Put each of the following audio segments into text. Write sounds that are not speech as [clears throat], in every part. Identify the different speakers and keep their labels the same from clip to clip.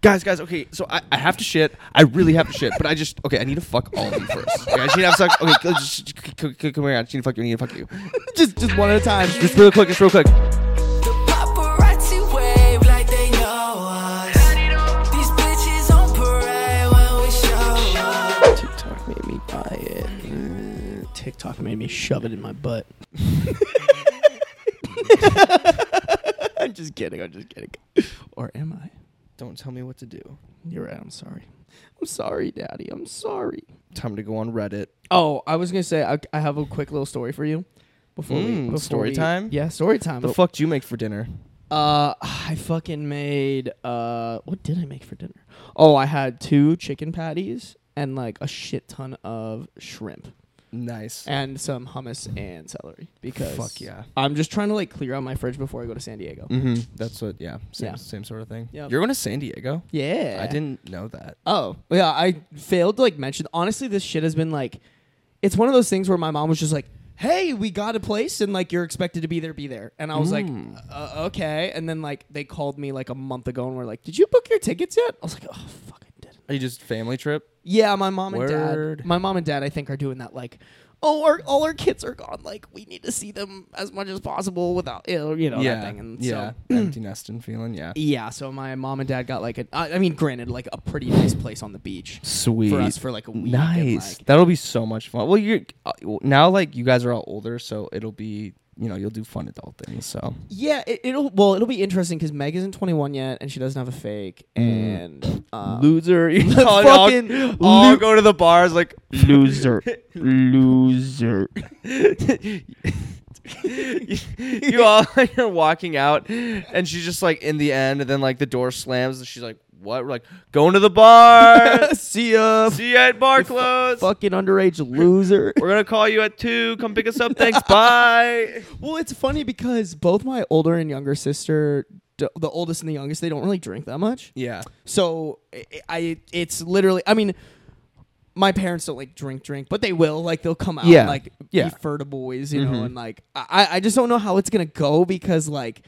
Speaker 1: guys, guys, okay, so I, I have to shit. I really have to shit, but I just okay. I need to fuck all of you first. Okay, I just need to have sex. Okay, just, just, c- c- come here. I just need to fuck you. I need to fuck you.
Speaker 2: just just one at a time.
Speaker 1: Just real quick. Just real quick.
Speaker 3: The paparazzi wave like they know us. These bitches on parade when we show up.
Speaker 4: TikTok made me buy it. Mm, TikTok made me shove it in my butt. [laughs] I'm just kidding. I'm just kidding. [laughs] Or am I?
Speaker 1: Don't tell me what to do.
Speaker 4: You're right. I'm sorry. I'm sorry, Daddy. I'm sorry.
Speaker 1: Time to go on Reddit.
Speaker 4: Oh, I was gonna say I, I have a quick little story for you. Before we
Speaker 1: Mm,
Speaker 4: before
Speaker 1: story
Speaker 4: we-
Speaker 1: time?
Speaker 4: Yeah, story time.
Speaker 1: The fuck do you make for dinner?
Speaker 4: Uh, [sighs] I fucking made uh, what did I make for dinner? Oh, I had two chicken patties and like a shit ton of shrimp
Speaker 1: Nice.
Speaker 4: and some hummus and celery because
Speaker 1: Fuck yeah.
Speaker 4: I'm just trying to like clear out my fridge before I go to San Diego.
Speaker 1: Mm-hmm. That's what. Yeah. Same,
Speaker 4: Yeah.
Speaker 1: same sort of thing.
Speaker 4: Yep.
Speaker 1: You're going to San Diego.
Speaker 4: Yeah,
Speaker 1: I didn't know that.
Speaker 4: Oh, yeah, I failed to like mention. Honestly, this shit has been like, it's one of those things where my mom was just like, "Hey, we got a place, and like you're expected to be there, be there." And I was
Speaker 1: Mm.
Speaker 4: like, uh, "Okay." And then like they called me like a month ago and were like, "Did you book your tickets yet?" I was like, "Oh, fuck, I didn't."
Speaker 1: Are you just family trip?
Speaker 4: Yeah, my mom and
Speaker 1: Word.
Speaker 4: dad. My mom and dad, I think, are doing that. Like, oh, our, all our kids are gone. Like, we need to see them as much as possible without, you know, you know that thing. And
Speaker 1: yeah.
Speaker 4: So,
Speaker 1: Empty nesting feeling. Yeah.
Speaker 4: yeah. So my mom and dad got like a. I I mean, granted, like a pretty nice place on the beach.
Speaker 1: Sweet.
Speaker 4: For us for like a week. and,
Speaker 1: Nice.
Speaker 4: like-
Speaker 1: That'll be so much fun. Well, you're uh, now like you guys are all older, so it'll be you know you'll do fun adult things. So
Speaker 4: yeah. It, it'll well, it'll be interesting because Meg isn't 21 yet, and she doesn't have a fake. And um,
Speaker 1: loser, [laughs] you
Speaker 4: fucking lo-
Speaker 1: go to the bars like
Speaker 2: Loser, loser.
Speaker 1: [laughs] you all [laughs] you're walking out, and she's just like in the end, and then like the door slams, and she's like, "What?" We're like, "Going to the
Speaker 4: [laughs]
Speaker 1: bar."
Speaker 4: [laughs] see ya,
Speaker 1: See you at bar close.
Speaker 4: fucking underage loser.
Speaker 1: We're gonna call you at two. Come pick us up. Thanks. Bye.
Speaker 4: [laughs] [laughs] Well, it's funny because both my older and younger sister, d- the oldest and the youngest, they don't really drink that much.
Speaker 1: Yeah.
Speaker 4: So I, I it's literally, I mean, my parents don't like drink, drink, but they will. Like they'll come out,
Speaker 1: Yeah.
Speaker 4: and, like
Speaker 1: Yeah. Mm-hmm.
Speaker 4: be fur to boys, you know, and like I, I just don't know how it's gonna go because like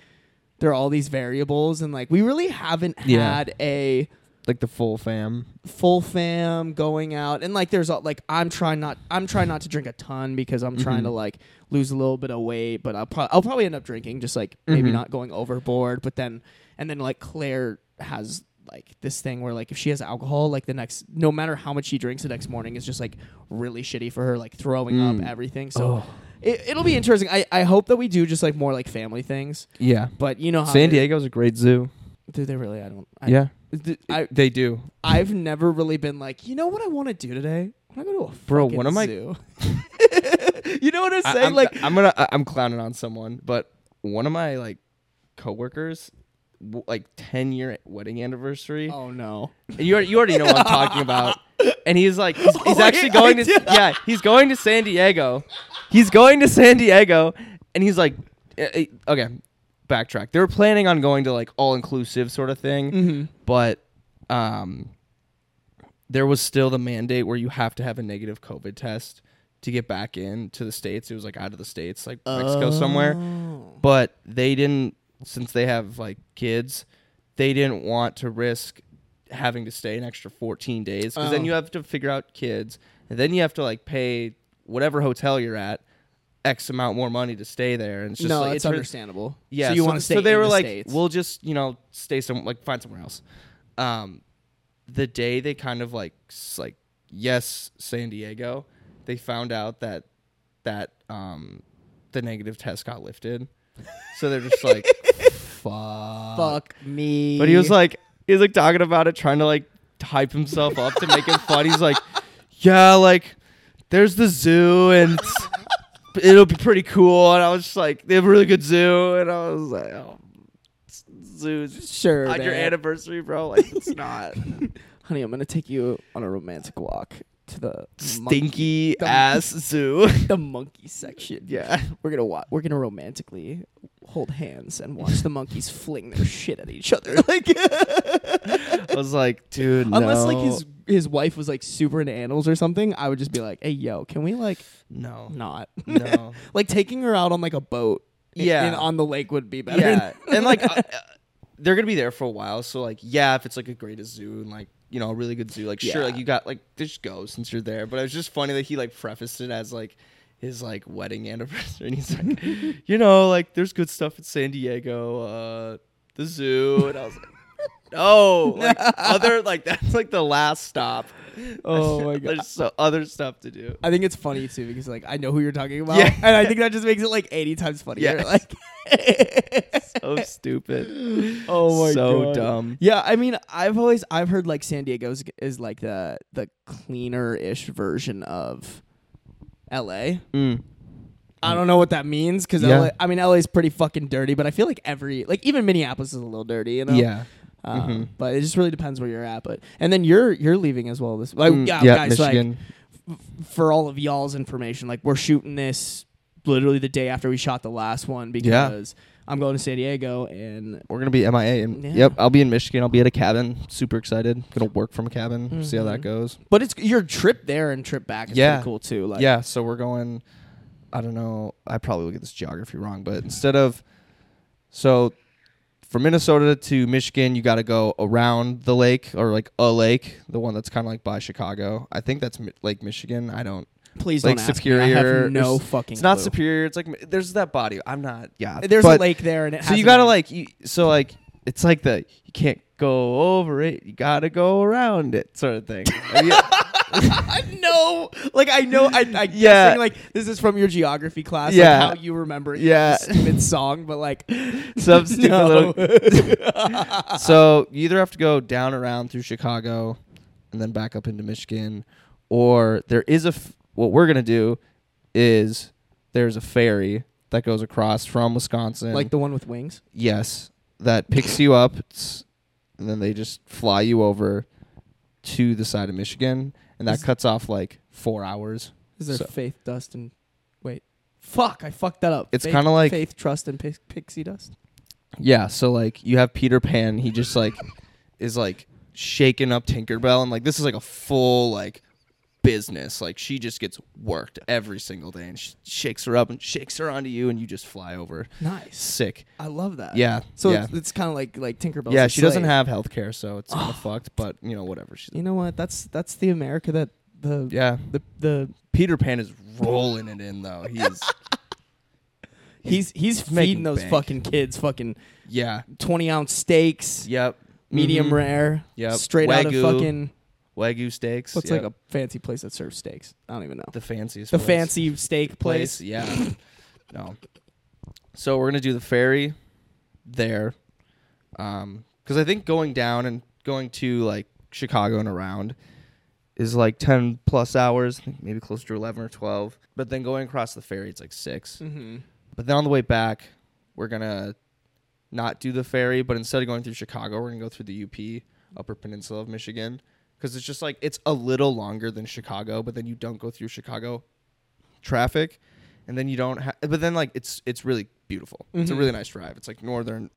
Speaker 4: there are all these variables, and like we really haven't
Speaker 1: Yeah.
Speaker 4: had a
Speaker 1: Like the full fam.
Speaker 4: full fam going out and like there's all like i'm trying not i'm trying not to drink a ton because i'm trying
Speaker 1: Mm-hmm.
Speaker 4: to like lose a little bit of weight but i'll, pro- I'll probably end up drinking just like
Speaker 1: Mm-hmm.
Speaker 4: maybe not going overboard but then and then like claire has like this thing where like if she has alcohol like the next no matter how much she drinks the next morning is just like really shitty for her like throwing
Speaker 1: Mm.
Speaker 4: up everything
Speaker 1: Oh.
Speaker 4: so it, it'll be interesting I, I hope that we do just like more like family things
Speaker 1: Yeah.
Speaker 4: but you know how
Speaker 1: San Diego's a great zoo.
Speaker 4: do they really i don't I,
Speaker 1: Yeah.
Speaker 4: I,
Speaker 1: they do.
Speaker 4: I've never really been like, you know what I want to do today? I want to go to a
Speaker 1: Bro,
Speaker 4: fucking
Speaker 1: one of my- [laughs]
Speaker 4: zoo. [laughs] you know what I'm saying?
Speaker 1: I, am
Speaker 4: like,
Speaker 1: I'm gonna I, I'm clowning on someone, but one of my like coworkers, w- like ten year wedding anniversary.
Speaker 4: oh no,
Speaker 1: And you already, you already know what I'm talking [laughs] about. And he's like, he's, he's
Speaker 4: Oh, I-
Speaker 1: actually
Speaker 4: I
Speaker 1: going to
Speaker 4: did.
Speaker 1: yeah, he's going to San Diego. He's going to San Diego, and he's like, eh, eh, okay, backtrack. They were planning on going to like all inclusive sort of thing, but um, there was still the mandate where you have to have a negative COVID test to get back in to the states. It was like out of the states, like Mexico somewhere.
Speaker 4: Oh.
Speaker 1: But they didn't, since they have like kids, they didn't want to risk having to stay an extra 14 days because then
Speaker 4: Oh.
Speaker 1: you have to figure out kids, and then you have to like pay whatever hotel you're at x amount more money to stay there. And it's just
Speaker 4: no,
Speaker 1: like,
Speaker 4: it's,
Speaker 1: re-
Speaker 4: understandable.
Speaker 1: yeah,
Speaker 4: so you want to stay?
Speaker 1: So they
Speaker 4: in
Speaker 1: were
Speaker 4: the
Speaker 1: like,
Speaker 4: States.
Speaker 1: we'll just you know stay some like find somewhere else. Um, the day they kind of like s- like yes San Diego, they found out that that um the negative test got lifted, so they're just
Speaker 4: [laughs]
Speaker 1: like fuck.
Speaker 4: fuck me."
Speaker 1: But he was like he was like talking about it, trying to like hype himself up to make it fun. He's like, yeah, like there's the zoo and. [laughs] it's- It'll be pretty cool, and I was just like, they have a really good zoo, and I was like, oh, zoos
Speaker 4: "Sure,
Speaker 1: on your
Speaker 4: man.
Speaker 1: anniversary, bro. Like [laughs] it's not
Speaker 4: honey, I'm gonna take you on a romantic walk to the monkey,
Speaker 1: stinky
Speaker 4: the-
Speaker 1: ass zoo. [laughs]
Speaker 4: the monkey section.
Speaker 1: yeah,
Speaker 4: [laughs] we're gonna wa- we're gonna romantically hold hands and watch the monkeys fling their shit at each other, [laughs] like."
Speaker 1: I was like, dude,
Speaker 4: Unless
Speaker 1: no.
Speaker 4: like his his wife was like super into animals or something, I would just be like, "Hey, yo, can we like
Speaker 1: no,
Speaker 4: not?" [laughs]
Speaker 1: no,
Speaker 4: like taking her out on like a boat, i-
Speaker 1: Yeah.
Speaker 4: [laughs] and on the lake would be better.
Speaker 1: [laughs] yeah, and like. uh, uh, they're gonna be there for a while. So like, yeah, if it's like a greatest zoo and like you know a really good zoo, like sure,
Speaker 4: Yeah.
Speaker 1: like you got like just go since you're there. But it was just funny that he like prefaced it as like his like wedding anniversary, [laughs] and he's like, you know, like there's good stuff at San Diego, uh, the zoo, and I was like. [laughs]
Speaker 4: [laughs]
Speaker 1: No, like other like that's like the last stop. [laughs]
Speaker 4: Oh my God.
Speaker 1: There's so other stuff to do.
Speaker 4: I think it's funny too because like I know who you're talking about,
Speaker 1: Yeah.
Speaker 4: and I think that just makes it like eighty times funnier.
Speaker 1: Yes.
Speaker 4: [laughs] Like, [laughs]
Speaker 1: So stupid.
Speaker 4: oh
Speaker 1: my So God. dumb.
Speaker 4: Yeah, I mean, I've always I've heard like San Diego's is like the the cleaner ish version of L.A.
Speaker 1: Mm.
Speaker 4: I don't know what that means because
Speaker 1: Yeah.
Speaker 4: LA, I mean LA's pretty fucking dirty, but I feel like every like even Minneapolis is a little dirty, you know.
Speaker 1: Yeah.
Speaker 4: Um,
Speaker 1: Mhm.
Speaker 4: But it just really depends where you're at. But and then you're you're leaving as well. This like,
Speaker 1: Mm,
Speaker 4: yeah, guys. Like for all of y'all's information, like we're shooting this literally the day after we shot the last one because I'm going to San Diego and
Speaker 1: we're gonna be MIA. And
Speaker 4: Yeah.
Speaker 1: Yep, I'll be in Michigan. I'll be at a cabin. Super excited. Gonna work from a cabin. See how that
Speaker 4: Mhm.
Speaker 1: goes.
Speaker 4: but it's your trip there and trip back is
Speaker 1: Yeah.
Speaker 4: pretty cool too. Like
Speaker 1: yeah. So we're going. I don't know. I probably will get this geography wrong, but instead of so from Minnesota to Michigan, you got to go around the lake or like a lake, the one that's kind of like by Chicago. I think that's Mi- Lake Michigan. I don't
Speaker 4: please
Speaker 1: like
Speaker 4: don't ask me.
Speaker 1: Superior.
Speaker 4: I have no
Speaker 1: It's-
Speaker 4: fucking.
Speaker 1: It's not
Speaker 4: clue.
Speaker 1: Superior. It's like Mi- there's that body. I'm not. Yeah.
Speaker 4: There's
Speaker 1: but-
Speaker 4: a lake there and it.
Speaker 1: So
Speaker 4: has
Speaker 1: you
Speaker 4: a
Speaker 1: gotta
Speaker 4: name.
Speaker 1: like you, so like it's like the you can't go over it. You gotta go around it, sort of thing. [laughs] Have you-
Speaker 4: I know, like I know, I, I
Speaker 1: Yeah.
Speaker 4: yeah. like this is from your geography class,
Speaker 1: Yeah.
Speaker 4: like how you remember, it,
Speaker 1: Yeah.
Speaker 4: stupid song, but like
Speaker 1: Some
Speaker 4: [laughs]
Speaker 1: stupid
Speaker 4: No. [laughs]
Speaker 1: so you either have to go down around through Chicago, and then back up into Michigan, or there is a f- what we're gonna do is there's a ferry that goes across from Wisconsin.
Speaker 4: like the one with wings.
Speaker 1: yes, that picks you up, it's- and then they just fly you over to the side of Michigan, and that
Speaker 4: Is-
Speaker 1: cuts off like four hours.
Speaker 4: Is there
Speaker 1: So-
Speaker 4: faith dust and wait? Fuck, I fucked that up.
Speaker 1: It's
Speaker 4: Faith-
Speaker 1: kinda like-
Speaker 4: faith, trust, and pix- pixie dust.
Speaker 1: Yeah, so like you have Peter Pan, he just
Speaker 4: [laughs]
Speaker 1: like is like shaking up Tinkerbell and like this is like a full like business. Like she just gets worked every single day and sh- shakes her up and shakes her onto you and you just fly over.
Speaker 4: Nice,
Speaker 1: Sick.
Speaker 4: I love that.
Speaker 1: Yeah.
Speaker 4: So
Speaker 1: yeah.
Speaker 4: it's, it's kind of like like Tinkerbell.
Speaker 1: yeah, she doesn't have health care, so it's
Speaker 4: [sighs]
Speaker 1: kind of fucked, but you know whatever. She's
Speaker 4: You know what? That's that's the America that the
Speaker 1: Yeah.
Speaker 4: the the
Speaker 1: Peter Pan is rolling it in though. He is
Speaker 4: he's he's
Speaker 1: making
Speaker 4: feeding those
Speaker 1: bank.
Speaker 4: fucking kids fucking
Speaker 1: yeah.
Speaker 4: twenty ounce steaks.
Speaker 1: Yep.
Speaker 4: medium
Speaker 1: Mhm.
Speaker 4: rare.
Speaker 1: Yep.
Speaker 4: Straight out
Speaker 1: Wagyu.
Speaker 4: of fucking
Speaker 1: wagyu steaks.
Speaker 4: what's
Speaker 1: yep.
Speaker 4: like a fancy place that serves steaks. I don't even know.
Speaker 1: the fanciest
Speaker 4: The
Speaker 1: place.
Speaker 4: fancy steak place.
Speaker 1: Yeah. [coughs] no. So we're gonna do the ferry there, um, because I think going down and going to like Chicago and around is like ten plus hours, I think maybe closer to eleven or twelve. But then going across the ferry, it's like 6
Speaker 4: Mm-hmm.
Speaker 1: But then on the way back, we're gonna not do the ferry, but instead of going through Chicago, we're gonna go through the UP, Upper Peninsula of Michigan, because it's just like it's a little longer than Chicago, but then you don't go through Chicago traffic, and then you don't. Ha- but then like it's it's really beautiful. It's a
Speaker 4: Mhm.
Speaker 1: really nice drive. It's like northern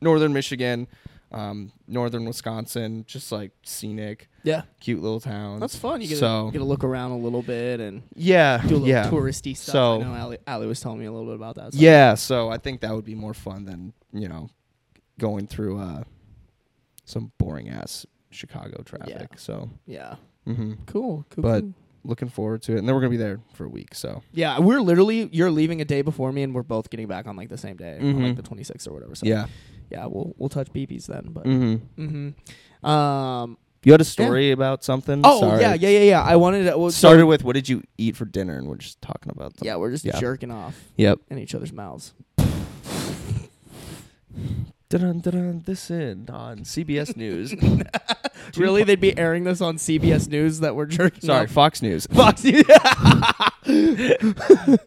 Speaker 1: northern Michigan, um, northern Wisconsin, just like scenic,
Speaker 4: Yeah,
Speaker 1: cute little towns.
Speaker 4: that's fun. You get,
Speaker 1: so
Speaker 4: to, get to look around a little bit and
Speaker 1: yeah,
Speaker 4: do a little
Speaker 1: yeah.
Speaker 4: touristy stuff.
Speaker 1: So-
Speaker 4: I know Ali, Ali was telling me a little bit about that. So
Speaker 1: Yeah, so I think that would be more fun than you know going through uh, some boring ass Chicago traffic. So,
Speaker 4: yeah,
Speaker 1: hmm
Speaker 4: cool, cool.
Speaker 1: But-
Speaker 4: cool.
Speaker 1: looking forward to it, and then we're gonna be there for a week. So
Speaker 4: yeah, we're literally you're leaving a day before me, and we're both getting back on like the same day, on
Speaker 1: Mhm.
Speaker 4: like the 26th or whatever. So
Speaker 1: yeah,
Speaker 4: yeah, we'll we'll touch BBs then. But
Speaker 1: hmm
Speaker 4: mm-hmm. um,
Speaker 1: you had a story about something.
Speaker 4: oh
Speaker 1: Sorry.
Speaker 4: yeah, yeah, yeah, yeah. I wanted to well, so-
Speaker 1: Started with what did you eat for dinner, and we're just talking about that.
Speaker 4: Yeah, we're just
Speaker 1: Yeah.
Speaker 4: jerking off
Speaker 1: Yep.
Speaker 4: in each other's
Speaker 1: [laughs]
Speaker 4: mouths.
Speaker 1: Dun dun. This in on CBS [laughs] News.
Speaker 4: Really, they'd be airing this on CBS News that we're
Speaker 1: [laughs]
Speaker 4: jerking.
Speaker 1: Sorry,
Speaker 4: off. [laughs]
Speaker 1: Fox News.
Speaker 4: Fox News.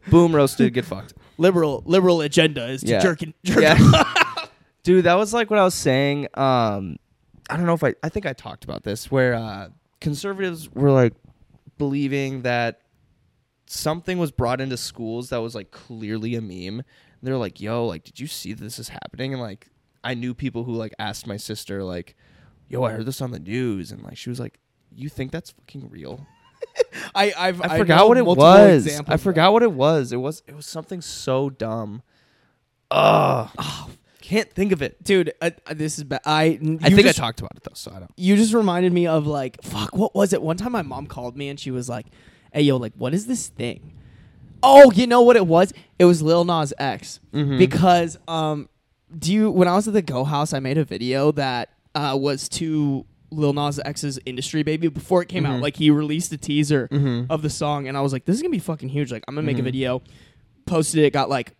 Speaker 1: Boom roasted. Get fucked.
Speaker 4: [laughs] liberal liberal agenda is to
Speaker 1: Yeah.
Speaker 4: jerk and jerk.
Speaker 1: [laughs] Dude, that was like what I was saying. Um, I don't know if I, I think I talked about this, where uh, conservatives were like believing that something was brought into schools that was like clearly a meme. And they're like, yo, like, did you see this is happening? And like, I knew people who like asked my sister, like, yo, I heard this on the news. And like, she was like, you think that's fucking real?
Speaker 4: I I've,
Speaker 1: I,
Speaker 4: I
Speaker 1: forgot
Speaker 4: know
Speaker 1: what it
Speaker 4: multiple
Speaker 1: was.
Speaker 4: examples
Speaker 1: I
Speaker 4: of
Speaker 1: forgot what it was. It was it was something so dumb. Ugh. [sighs] can't think of it.
Speaker 4: dude. Uh, uh, this is bad. I
Speaker 1: I think
Speaker 4: just,
Speaker 1: I talked about it though, so I don't.
Speaker 4: You just reminded me of like fuck. What was it? One time, my mom called me and she was like, "Hey yo, like what is this thing?" Oh, you know what it was? It was Lil Nas X
Speaker 1: Mm-hmm.
Speaker 4: because um, do you? When I was at the Go House, I made a video that uh, was to Lil Nas X's Industry Baby before it came out.
Speaker 1: Mm-hmm.
Speaker 4: Like he released a teaser of the song, and I was like, "This is gonna be fucking huge!" Like I'm gonna
Speaker 1: Mm-hmm.
Speaker 4: make a video. Posted it, got like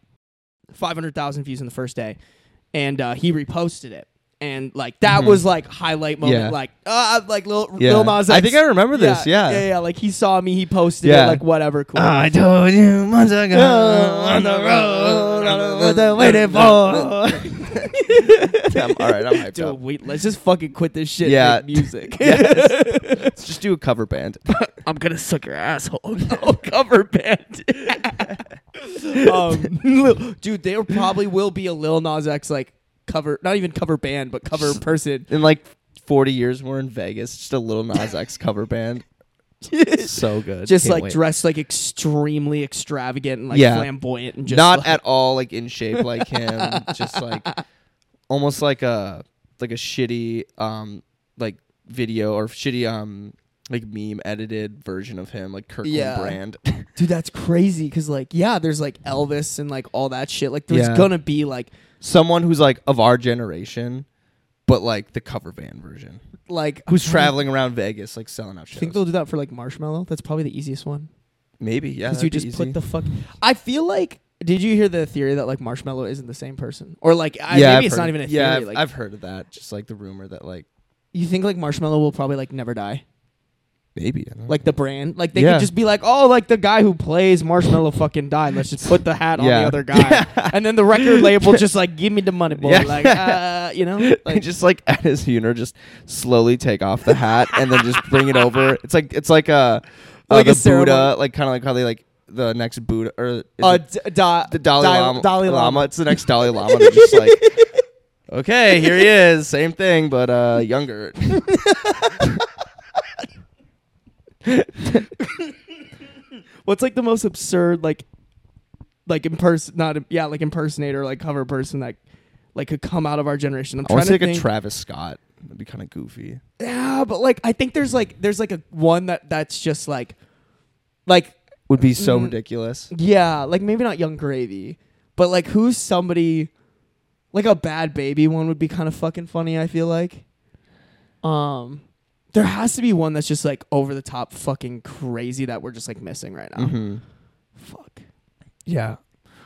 Speaker 4: 500,000 views in the first day, and uh, he reposted it. And like that was like highlight moment,
Speaker 1: Hmm. Yeah.
Speaker 4: like uh, like Lil,
Speaker 1: Yeah.
Speaker 4: Lil Nas X.
Speaker 1: I think I remember this, yeah. Oh,
Speaker 4: yeah, yeah. Like he saw me, he posted
Speaker 1: Yeah. Ah.
Speaker 4: it, like whatever, cool.
Speaker 2: I told you months ago
Speaker 1: on
Speaker 2: on
Speaker 1: the
Speaker 2: the
Speaker 1: road,
Speaker 2: road,
Speaker 1: I don't know
Speaker 2: what
Speaker 1: [laughs]
Speaker 2: they waiting for.
Speaker 1: Yeah, I'm- all right, I'm hyped
Speaker 4: Dude,
Speaker 1: up.
Speaker 4: wait, let's just fucking quit this shit.
Speaker 1: Yeah.
Speaker 4: Yeah,
Speaker 1: [laughs]
Speaker 4: music.
Speaker 1: Let's just do a cover band.
Speaker 4: [laughs] I'm gonna suck your asshole. [laughs] No cover band. [laughs] um, Lil- dude, there probably will be a Lil Nas X like cover, not even cover band, but cover
Speaker 1: [laughs]
Speaker 4: person.
Speaker 1: In like 40 years, we're in Vegas. Just a little Nas X cover [laughs] band. So good.
Speaker 4: just
Speaker 1: Can't
Speaker 4: like
Speaker 1: wait.
Speaker 4: dressed like extremely extravagant and like
Speaker 1: Yeah.
Speaker 4: flamboyant and just
Speaker 1: not
Speaker 4: like,
Speaker 1: at all like in shape like
Speaker 4: [laughs]
Speaker 1: him. just like almost like a like a shitty um like video or shitty um like meme edited version of him like Kirkland
Speaker 4: Yeah.
Speaker 1: Brand.
Speaker 4: dude that's crazy because like yeah there's like elvis and like all that shit like there's
Speaker 1: Yeah.
Speaker 4: gonna be like
Speaker 1: Someone who's like of our generation, but like the cover band version.
Speaker 4: like I
Speaker 1: Who's traveling around Vegas like selling out shows?
Speaker 4: think they'll do that for like marshmallow that's probably the easiest one
Speaker 1: Maybe yeah.
Speaker 4: because you
Speaker 1: that'd
Speaker 4: just
Speaker 1: be
Speaker 4: put
Speaker 1: easy.
Speaker 4: the fuck i feel like did you hear the theory that like marshmallow isn't the same person or like I,
Speaker 1: yeah,
Speaker 4: maybe
Speaker 1: I've
Speaker 4: it's not
Speaker 1: heard-
Speaker 4: even a theory
Speaker 1: Yeah, I've,
Speaker 4: like
Speaker 1: I've heard of that. Just like the rumor that like
Speaker 4: you think like marshmallow will probably like never die
Speaker 1: maybe I don't
Speaker 4: like the brand like they
Speaker 1: Yeah.
Speaker 4: could just be like oh like the guy who plays marshmallow fucking died let's just put the hat
Speaker 1: [laughs]
Speaker 4: on
Speaker 1: Yeah.
Speaker 4: the other guy and then the record label
Speaker 1: [laughs]
Speaker 4: just like give me the money boy
Speaker 1: Yeah. [laughs]
Speaker 4: like uh you know
Speaker 1: They just like [laughs] at his funeral, just slowly take off the hat and then just bring it
Speaker 4: [laughs]
Speaker 1: over. It's like it's like a uh,
Speaker 4: Like a
Speaker 1: the Buddha,
Speaker 4: ceremony.
Speaker 1: like kind of like how they like the next Buddha or is
Speaker 4: uh,
Speaker 1: it
Speaker 4: d- da-
Speaker 1: the Dalai,
Speaker 4: Dal-
Speaker 1: Lama,
Speaker 4: Dalai Lama.
Speaker 1: It's the next Dalai Lama. They're just
Speaker 4: [laughs]
Speaker 1: like, okay, here he is, same thing but uh, younger.
Speaker 4: [laughs] What's like the most absurd like like imperson not yeah like impersonator like cover person that like could come out of our generation? I'm
Speaker 1: I
Speaker 4: trying
Speaker 1: want to
Speaker 4: to
Speaker 1: take a
Speaker 4: think.
Speaker 1: Travis Scott. That'd be kind of goofy.
Speaker 4: yeah, but like I think there's like there's like a one that that's just like like
Speaker 1: Would be so
Speaker 4: Mm.
Speaker 1: ridiculous.
Speaker 4: yeah like maybe not Young Gravy, but like who's somebody like a bad baby one would be kind of fucking funny. I feel like um. There has to be one that's just like over the top fucking crazy that we're just like missing right now.
Speaker 1: Mhm.
Speaker 4: Fuck.
Speaker 1: Yeah.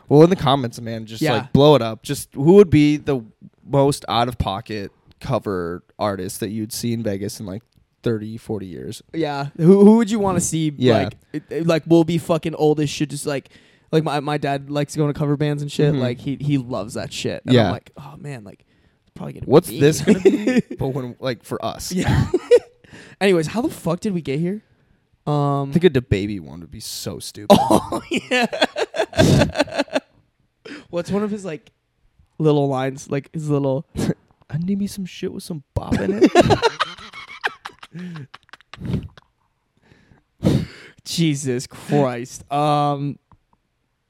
Speaker 1: Well, in the comments, man, just
Speaker 4: Yeah.
Speaker 1: like blow it up. Just who would be the most out of pocket cover artist that you'd see in Vegas in like 30, 40 years?
Speaker 4: Yeah. Who who would you want to see?
Speaker 1: Yeah.
Speaker 4: Like, it- it- like we'll be fucking old as shit. Just like, like my my dad likes going to cover bands and shit.
Speaker 1: Mhm.
Speaker 4: Like he he loves that shit. And
Speaker 1: Yeah.
Speaker 4: I'm like, oh man, like it's probably gonna. be
Speaker 1: What's
Speaker 4: me."
Speaker 1: this going to
Speaker 4: [laughs]
Speaker 1: be? [laughs] but when, like, for us,
Speaker 4: yeah. Anyways, how the fuck did we get here? Um.
Speaker 1: I think a DaBaby one would be so stupid.
Speaker 4: [laughs] oh yeah. What's one of his like little lines? Like his little.
Speaker 1: I need me some shit with some bop [laughs] in it.
Speaker 4: Jesus Christ. Um.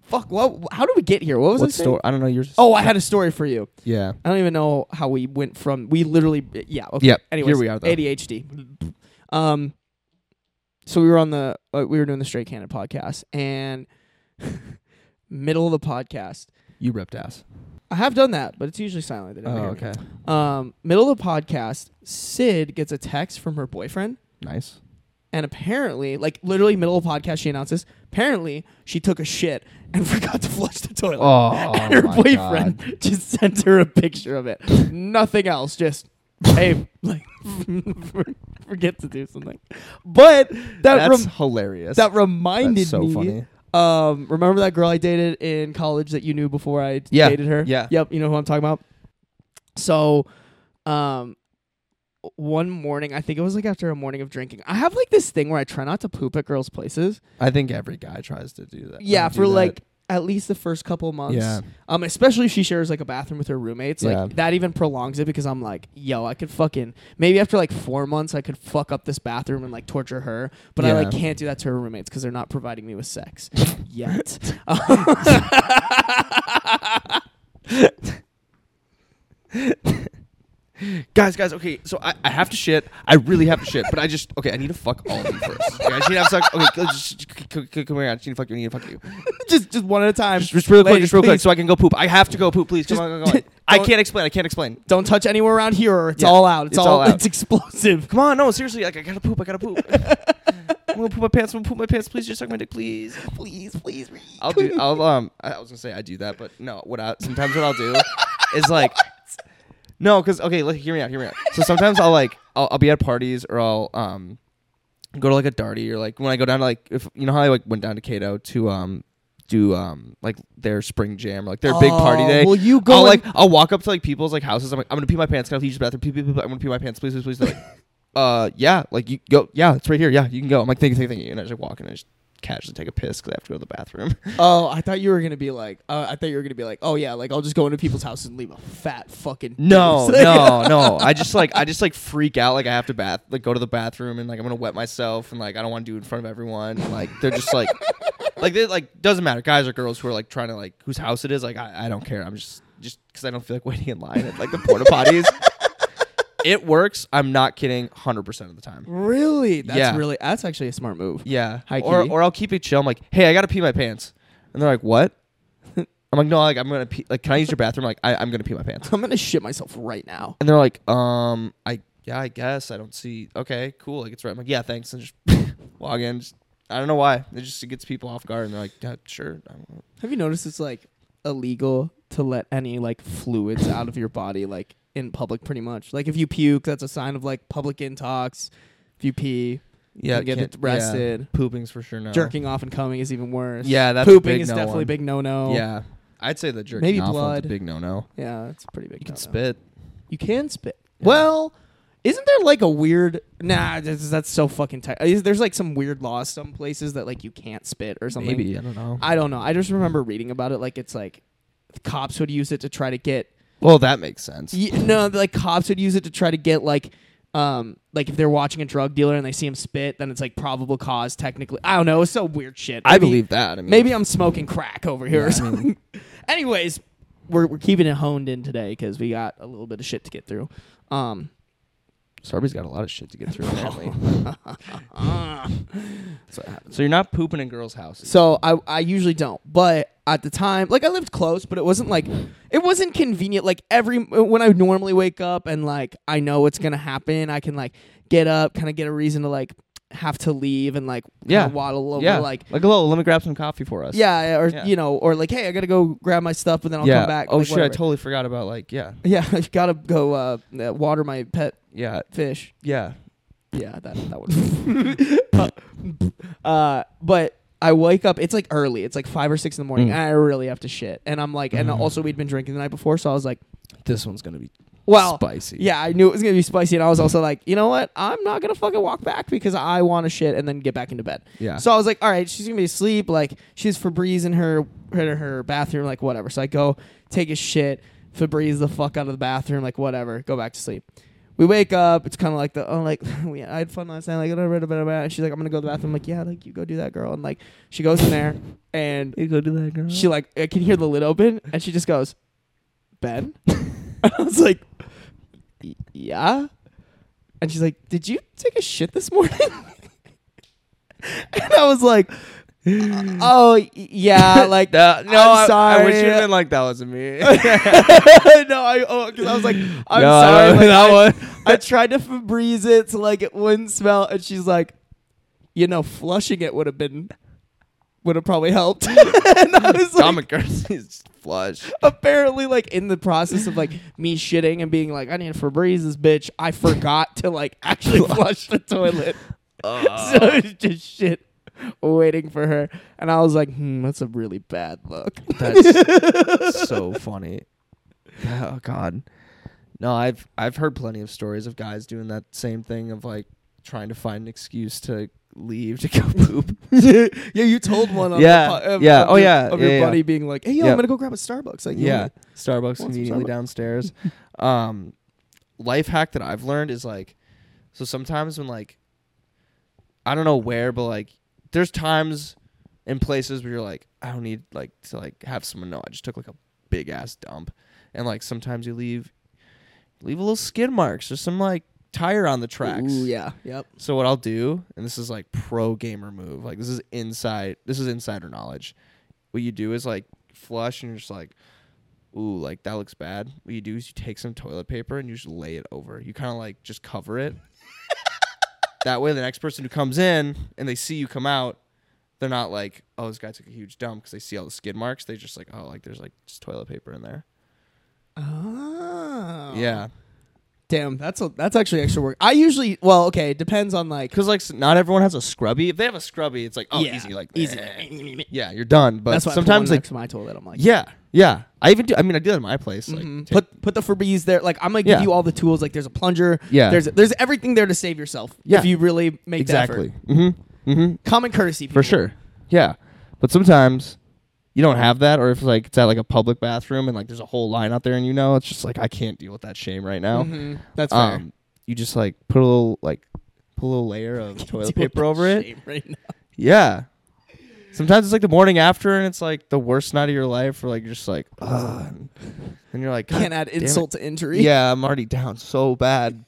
Speaker 4: Fuck. What? How did we get here? What was
Speaker 1: what
Speaker 4: I saying?
Speaker 1: store? I don't know. Yours.
Speaker 4: Oh, I had a story for you.
Speaker 1: yeah.
Speaker 4: I don't even know how we went from we literally yeah okay
Speaker 1: Yep,
Speaker 4: anyway
Speaker 1: here we are, though.
Speaker 4: ADHD um so we were on the uh, we were doing the straight cannon podcast and [laughs] middle of the podcast
Speaker 1: You ripped ass.
Speaker 4: I have done that but it's usually silent
Speaker 1: Oh,
Speaker 4: they don't hear me. um middle of the podcast Sid gets a text from her boyfriend [laughs]
Speaker 1: Nice.
Speaker 4: and apparently like literally middle of the podcast she announces apparently she took a shit and [laughs] forgot to flush the toilet
Speaker 1: Oh,
Speaker 4: and [laughs] her boyfriend [laughs] just sent her a picture of it. Nothing else. Just hey, [laughs] like forget to do something. But that
Speaker 1: That's
Speaker 4: rem-
Speaker 1: hilarious.
Speaker 4: that reminded
Speaker 1: That's so
Speaker 4: me.
Speaker 1: funny.
Speaker 4: Um, remember that girl I dated in college that you knew before I d-
Speaker 1: Yeah,
Speaker 4: dated her?
Speaker 1: yeah.
Speaker 4: Yep. You know who I'm talking about. So, um. One morning, I think it was like after a morning of drinking. I have like this thing where I try not to poop at girls' places.
Speaker 1: I think every guy tries to do that.
Speaker 4: Yeah,
Speaker 1: do
Speaker 4: for
Speaker 1: that.
Speaker 4: like at least the first couple months.
Speaker 1: Yeah.
Speaker 4: Um, especially if she shares like a bathroom with her roommates,
Speaker 1: Yeah.
Speaker 4: like that even prolongs it because I'm like, yo, I could fucking maybe after like four months I could fuck up this bathroom and like torture her, but I like
Speaker 1: Yeah.
Speaker 4: can't do that to her roommates because they're not providing me
Speaker 1: [laughs]
Speaker 4: with sex yet.
Speaker 1: guys, guys, okay, so I, I have to shit. I really have to shit, but I just okay. I need to fuck all of you first. Okay, I just need to have sex. Okay, just, just, c- c- c- come here. I just need to fuck you. I need to fuck you.
Speaker 4: [laughs] just just one at a time.
Speaker 1: Just, just real quick,
Speaker 4: Ladies,
Speaker 1: just real quick,
Speaker 4: please,
Speaker 1: so I can go poop. I have to go poop. Please, come
Speaker 4: Just-
Speaker 1: on, come on. Come on. I
Speaker 4: [laughs] don't-
Speaker 1: can't explain. I can't explain.
Speaker 4: don't touch anywhere around here, or it's
Speaker 1: Yeah,
Speaker 4: all out. It's,
Speaker 1: it's all
Speaker 4: all,
Speaker 1: out.
Speaker 4: It's [laughs] explosive.
Speaker 1: Come on, no, seriously. Like I gotta poop. I gotta poop. I'm gonna poop my pants. I'm gonna poop my pants. Please, just suck my dick, please.
Speaker 4: Please, please.
Speaker 1: I'll do. I'll um. I I was gonna say I do that, but no. What I sometimes what I'll
Speaker 4: [laughs]
Speaker 1: do is like, no, because okay, like, hear me out. Hear me out. So sometimes I'll like I'll, I'll be at parties or I'll um go to like a darty or like when I go down to like if you know how I like went down to Cato to um do um like their spring jam or like their big party
Speaker 4: Oh,
Speaker 1: day.
Speaker 4: will you go
Speaker 1: I'll,
Speaker 4: and-
Speaker 1: like I'll walk up to like people's like houses. I'm like I'm gonna pee my pants. Can I please use the bathroom? Pee, pee, pee, pee. I'm gonna pee my pants. Please, please, please. They're
Speaker 4: [laughs]
Speaker 1: like, uh, yeah, like you go. Yeah, it's right here. Yeah, you can go. I'm like, thank you, thank you, thank you. And I just walk and I just casually take a piss because I have to go to the bathroom. [laughs]
Speaker 4: Oh, I thought you were gonna be like. Uh, I thought you were gonna be like. Oh yeah, like I'll just go into people's houses and leave a fat [laughs] fucking.
Speaker 1: [laughs] No,
Speaker 4: deuce.
Speaker 1: no, no. I just like I just like freak out. Like I have to bath, like go to the bathroom, and like I'm gonna wet myself, and like I don't want to do it in front of everyone. And, like they're just [laughs] like, like they like doesn't matter, guys or girls who are like trying to like whose house it is. Like I, I don't care. I'm just just because I don't feel like waiting in line at like the porta [laughs] potties. it works. I'm not kidding. Hundred percent of the time.
Speaker 4: Really? That's
Speaker 1: Yeah.
Speaker 4: really. That's actually a smart move.
Speaker 1: Yeah.
Speaker 4: High
Speaker 1: or
Speaker 4: key.
Speaker 1: or I'll keep it chill. I'm like, hey, I gotta pee my pants, and they're like, what? [laughs] I'm like, no, like I'm gonna pee. Like, can I use your bathroom? Like, I, I'm gonna pee my pants.
Speaker 4: [laughs] I'm gonna shit myself right now.
Speaker 1: And they're like, um, I yeah, I guess I don't see. Okay, cool. Like it's right. I'm like, yeah, thanks, and just [laughs] log in. Just, I don't know why. It just it gets people off guard, and they're like, yeah, sure. I don't know.
Speaker 4: Have you noticed it's like illegal to let any like fluids out of your body like in public pretty much. Like if you puke, that's a sign of like public intox. If you pee,
Speaker 1: Yeah,
Speaker 4: You get
Speaker 1: can't-
Speaker 4: it rested.
Speaker 1: yeah. Pooping's for sure no.
Speaker 4: jerking off and coming is even worse.
Speaker 1: Yeah, that's a
Speaker 4: pooping
Speaker 1: big
Speaker 4: is
Speaker 1: no
Speaker 4: definitely
Speaker 1: one.
Speaker 4: a big no no.
Speaker 1: Yeah, I'd say the jerking
Speaker 4: Maybe
Speaker 1: off one's
Speaker 4: blood.
Speaker 1: a big no no.
Speaker 4: Yeah, it's a pretty big.
Speaker 1: You can
Speaker 4: no-no.
Speaker 1: spit.
Speaker 4: You can spit. Well, isn't there like a weird? Nah, that's, that's so fucking tight. Is, there's like some weird law some places that like you can't spit or something.
Speaker 1: Maybe I don't know.
Speaker 4: I don't know. I just remember reading about it. Like it's like cops would use it to try to get
Speaker 1: well, that makes sense.
Speaker 4: [laughs] Ye- no, like cops would use it to try to get like, um, like if they're watching a drug dealer and they see him spit, then it's like probable cause technically. I don't know. It's so weird shit.
Speaker 1: I
Speaker 4: Maybe-
Speaker 1: believe that. I mean,
Speaker 4: Maybe I'm smoking crack over here or something. [laughs] Anyways, we're we're keeping it honed in today because we got a little bit of shit to get through.
Speaker 1: [laughs]
Speaker 4: Um,
Speaker 1: Sarby's got a lot of shit to get
Speaker 4: [laughs]
Speaker 1: through. Apparently. so you're not pooping in girls' houses.
Speaker 4: So I I usually don't, but at the time, like I lived close, but it wasn't like it wasn't convenient. Like every when I normally wake up and like I know what's gonna happen, I can like get up, kind of get a reason to like have to leave and like kinda
Speaker 1: Yeah.
Speaker 4: waddle over
Speaker 1: yeah,
Speaker 4: like.
Speaker 1: like hello, let me grab some coffee for us.
Speaker 4: Yeah, or
Speaker 1: Yeah.
Speaker 4: you know, or like, hey, I gotta go grab my stuff, but then I'll
Speaker 1: yeah.
Speaker 4: come back.
Speaker 1: Oh
Speaker 4: like,
Speaker 1: shit, I
Speaker 4: whatever.
Speaker 1: totally forgot about like yeah,
Speaker 4: Yeah, [laughs] I gotta go uh, uh, water my pet
Speaker 1: yeah,
Speaker 4: fish.
Speaker 1: yeah.
Speaker 4: Yeah, that that would. [laughs] uh, but I wake up. It's like early. It's like five or six in the morning.
Speaker 1: Mm.
Speaker 4: And I really have to shit, and I'm like, and also we'd been drinking the night before, so I was like,
Speaker 1: This one's gonna be
Speaker 4: well,
Speaker 1: spicy.
Speaker 4: yeah, I knew it was gonna be spicy, and I was also like, you know what? I'm not gonna fucking walk back because I want to shit and then get back into bed.
Speaker 1: Yeah.
Speaker 4: So I was like, all right, she's gonna be asleep. Like she's Febreze in her her, her bathroom, like whatever. So I go take a shit, Febreze the fuck out of the bathroom, like whatever. Go back to sleep. We wake up. It's kind of like the oh like [laughs] we I had fun last night. Like blah, blah, blah, blah, blah. and she's like I'm gonna go to the bathroom. I'm like yeah, like you go do that, girl. And like she goes in there and
Speaker 1: You go do that, girl.
Speaker 4: she like I can hear the lid open and she just goes, Ben. [laughs] I was like, "Y- yeah. And she's like, did you take a shit this morning? [laughs] and I was like, oh y-
Speaker 1: [laughs]
Speaker 4: yeah, like
Speaker 1: no,
Speaker 4: no, I- I
Speaker 1: I,
Speaker 4: wish
Speaker 1: wish
Speaker 4: you'd
Speaker 1: you'd
Speaker 4: [laughs] been
Speaker 1: been like that wasn't [laughs] me.
Speaker 4: [laughs] no, I oh, because I was like, I'm
Speaker 1: No, I
Speaker 4: sorry,
Speaker 1: don't-
Speaker 4: like,
Speaker 1: that
Speaker 4: I,
Speaker 1: one.
Speaker 4: I tried to Febreze it so like it wouldn't smell, and she's like, you know, flushing it would have been would have probably helped. [laughs] and [laughs] I was like,
Speaker 1: Tom McCarthy's
Speaker 4: [laughs]
Speaker 1: flush.
Speaker 4: apparently like in the process of like me shitting and being like, I need to Febreze this bitch. I forgot to like [laughs] actually flush the toilet, [laughs] so it's just shit waiting for her. And I was like, hmm, that's a really bad look. [laughs]
Speaker 1: That's so funny. Oh God. No, I've I've heard plenty of stories of guys doing that same thing of like trying to find an excuse to leave to go [laughs] poop.
Speaker 4: yeah, you told one. On
Speaker 1: Yeah,
Speaker 4: the po- of,
Speaker 1: yeah,
Speaker 4: Of
Speaker 1: oh,
Speaker 4: your,
Speaker 1: yeah,
Speaker 4: Of
Speaker 1: yeah,
Speaker 4: your
Speaker 1: yeah.
Speaker 4: buddy being like, "Hey, yo,
Speaker 1: Yeah.
Speaker 4: I'm gonna go grab a Starbucks." Like,
Speaker 1: yeah,
Speaker 4: yeah,
Speaker 1: Starbucks
Speaker 4: some
Speaker 1: conveniently
Speaker 4: Starbucks. [laughs]
Speaker 1: downstairs. um, life hack that I've learned is like, so sometimes when like, I don't know where, but like, there's times and places where you're like, I don't need like to like have someone know I just took like a big ass dump, and like sometimes you leave leave a little skid marks or some like tire on the tracks.
Speaker 4: Ooh, yeah. Yep.
Speaker 1: So what I'll do, and this is like pro gamer move, like this is inside, this is insider knowledge. What you do is like flush, and you're just like, ooh, like that looks bad. What you do is you take some toilet paper and you just lay it over. You kind of like just cover
Speaker 4: [laughs]
Speaker 1: it. that way, the next person who comes in and they see you come out, they're not like, oh, this guy took a huge dump because they see all the skid marks. They just like, oh, like there's like just toilet paper in there.
Speaker 4: Oh.
Speaker 1: Yeah,
Speaker 4: Damn, that's a that's actually extra work. I usually well, okay, it depends on like
Speaker 1: because like s- not everyone has a scrubby. If they have a scrubby, it's like, oh,
Speaker 4: Yeah,
Speaker 1: easy, like
Speaker 4: easy. [laughs]
Speaker 1: Yeah, you're done. But
Speaker 4: that's why
Speaker 1: sometimes
Speaker 4: I put one
Speaker 1: like
Speaker 4: next to my toilet. I'm like,
Speaker 1: Yeah, yeah. I even do. I mean, I do that at my place. Like,
Speaker 4: mm,
Speaker 1: take-
Speaker 4: put put the Febreze there. Like I'm gonna give
Speaker 1: Mm-hmm. Yeah.
Speaker 4: you all the tools. Like there's a plunger.
Speaker 1: Yeah.
Speaker 4: There's there's everything there to save yourself.
Speaker 1: Yeah.
Speaker 4: If you really make the
Speaker 1: exactly.
Speaker 4: effort.
Speaker 1: Mm-hmm. Mm-hmm.
Speaker 4: Common courtesy.
Speaker 1: For
Speaker 4: people.
Speaker 1: sure. Yeah, but sometimes you don't have that, or if like it's at like a public bathroom and like there's a whole line out there, and you know it's just like I can't deal with that shame right now.
Speaker 4: Mhm, That's fair.
Speaker 1: Um, you just like put a little like put a little layer
Speaker 4: [laughs]
Speaker 1: of toilet
Speaker 4: Deal with
Speaker 1: paper
Speaker 4: the
Speaker 1: over it.
Speaker 4: shame right now.
Speaker 1: Yeah. Sometimes it's like the morning after, and it's like the worst night of your life, or like you're just like, ugh. and you're like,
Speaker 4: Can't
Speaker 1: "God
Speaker 4: add
Speaker 1: [laughs] damn it."
Speaker 4: insult to
Speaker 1: [laughs]
Speaker 4: injury.
Speaker 1: Yeah, I'm already down so bad.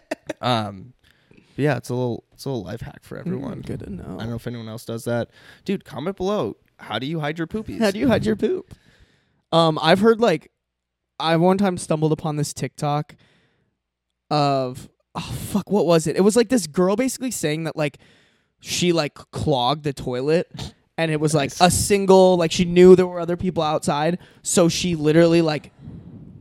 Speaker 1: [laughs] um, but yeah, it's a little it's a little life hack for everyone.
Speaker 4: Mm, Good to know.
Speaker 1: I don't know if anyone else does that. Dude, comment below. How do you hide your poopies?
Speaker 4: How do you hide your poop? Um, I've heard like I one time stumbled upon this TikTok of oh fuck, what was it? It was like this girl basically saying that like she like clogged the toilet and it was like a single like she knew there were other people outside, so she literally like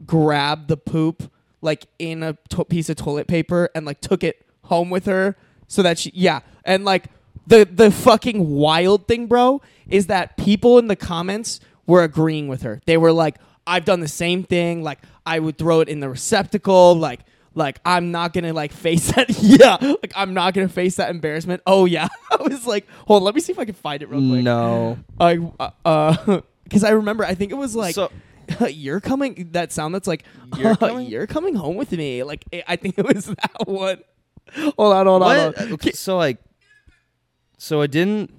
Speaker 4: grabbed the poop like in a to- piece of toilet paper and like took it home with her so that she yeah and like the the fucking wild thing bro is that people in the comments were agreeing with her they were like i've done the same thing like i would throw it in the receptacle like like i'm not gonna like [laughs] face that yeah like i'm not gonna face that embarrassment oh yeah [laughs] i was like hold on let me see if i can find it real quick
Speaker 1: No.
Speaker 4: I uh [laughs] because I remember I think it was like
Speaker 1: So-
Speaker 4: [laughs] you're coming that sound that's like [laughs]
Speaker 1: You're
Speaker 4: "Uh,
Speaker 1: coming?"
Speaker 4: you're coming home with me like I- I think [laughs] it was that one. Hold on, hold
Speaker 1: What?
Speaker 4: on.
Speaker 1: Uh,
Speaker 4: Hold on.
Speaker 1: Okay, so like, so it didn't.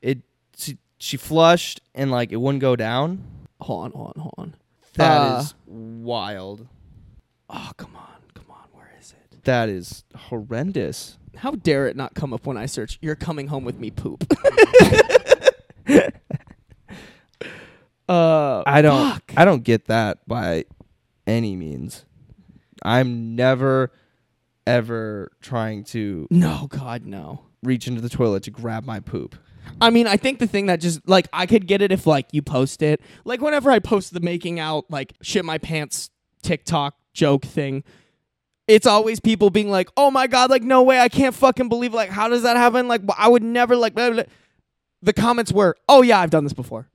Speaker 1: It she, she flushed and like it wouldn't go down.
Speaker 4: Hold on, hold on, hold on.
Speaker 1: That
Speaker 4: Uh,
Speaker 1: is wild.
Speaker 4: Oh come on, come on. Where is it?
Speaker 1: That is horrendous.
Speaker 4: How dare it not come up when I search? You're coming home with me. Poop. [laughs] uh,
Speaker 1: I don't
Speaker 4: fuck.
Speaker 1: I don't get that by any means. I'm never ever trying to
Speaker 4: No, God, no.
Speaker 1: reach into the toilet to grab my poop.
Speaker 4: I mean, I think the thing that just like I could get it if like you post it. Like whenever I post the making out like shit my pants TikTok joke thing, it's always people being like, "Oh my god, like no way, I can't fucking believe like how does that happen? Like I would never like blah, blah, blah." The comments were, "Oh yeah, I've done this before."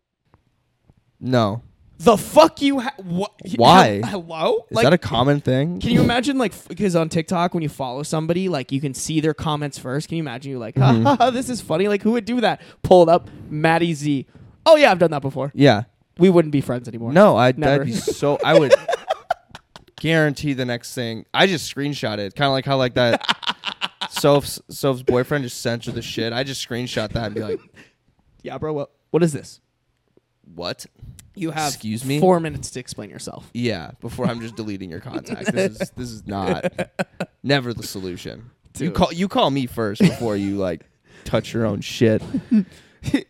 Speaker 1: No.
Speaker 4: The fuck you ha- what
Speaker 1: Why?
Speaker 4: Hello?
Speaker 1: Is that a common thing?
Speaker 4: Can you imagine, like, because on TikTok, when you follow somebody, like, you can see their comments first. Can you imagine, you're like, ha,
Speaker 1: Mm-hmm.
Speaker 4: ha, ha, this is funny. Like, who would do that? Pulled up Maddie Z. Oh, yeah, I've done that before.
Speaker 1: yeah.
Speaker 4: We wouldn't be friends anymore.
Speaker 1: No, I
Speaker 4: Never.
Speaker 1: that'd be so I
Speaker 4: [laughs]
Speaker 1: would guarantee the next thing. I just screenshot it. Kind of like how like that
Speaker 4: [laughs]
Speaker 1: Soph Soph's boyfriend just censored the shit. I just screenshot that and be like,
Speaker 4: Yeah, bro, what, what is this?
Speaker 1: "What?"
Speaker 4: You have
Speaker 1: Excuse me?
Speaker 4: four minutes to explain yourself. [laughs]
Speaker 1: Yeah, before I'm just deleting your contact. This is this is
Speaker 4: [laughs]
Speaker 1: not never the solution. You
Speaker 4: Dude.
Speaker 1: call you call me first before you like touch your own shit.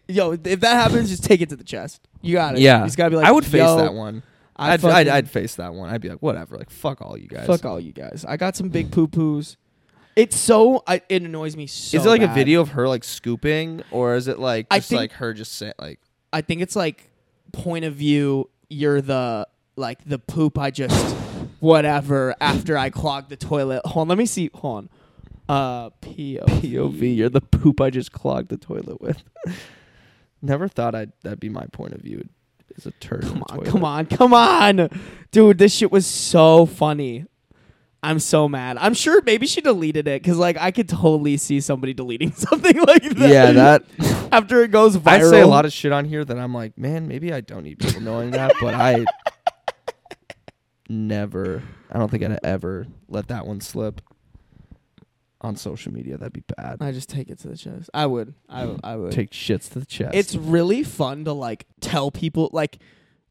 Speaker 4: Yo, if that happens, just take it to the chest. You got it. You just gotta be like,
Speaker 1: I would face
Speaker 4: yo,
Speaker 1: that one.
Speaker 4: I
Speaker 1: I'd, I'd,
Speaker 4: fucking-
Speaker 1: I'd face that one. I'd be like, whatever. Like, fuck all you guys.
Speaker 4: Fuck all you guys. I got some big poo poos. It's so, I, it annoys me so
Speaker 1: is it like a
Speaker 4: bad.
Speaker 1: video of her like scooping, or is it like
Speaker 4: I
Speaker 1: just
Speaker 4: think-
Speaker 1: like her just saying like,
Speaker 4: I think it's like point of view. You're the like the poop. I
Speaker 1: [sighs]
Speaker 4: just whatever after I clogged the toilet. Hold on, let me see. Hold on. Uh, POV.
Speaker 1: POV, you're the poop I just clogged the toilet with. [laughs] Never thought I'd that'd be my point of view. Is a turd. in
Speaker 4: Come
Speaker 1: a
Speaker 4: on,
Speaker 1: toilet.
Speaker 4: come on, come on, dude. This shit was so funny. I'm so mad. I'm sure maybe she deleted it because like I could totally see somebody deleting [laughs] something like that.
Speaker 1: Yeah, that.
Speaker 4: after it goes viral.
Speaker 1: I say a lot of shit on here that I'm like, man, maybe I don't need people knowing that, but
Speaker 4: [laughs]
Speaker 1: I never. I don't think I'd ever let that one slip on social media. That'd be bad.
Speaker 4: I just take it to the chest. I would. I would. I would.
Speaker 1: Take shits to the chest.
Speaker 4: it's really fun to like tell people like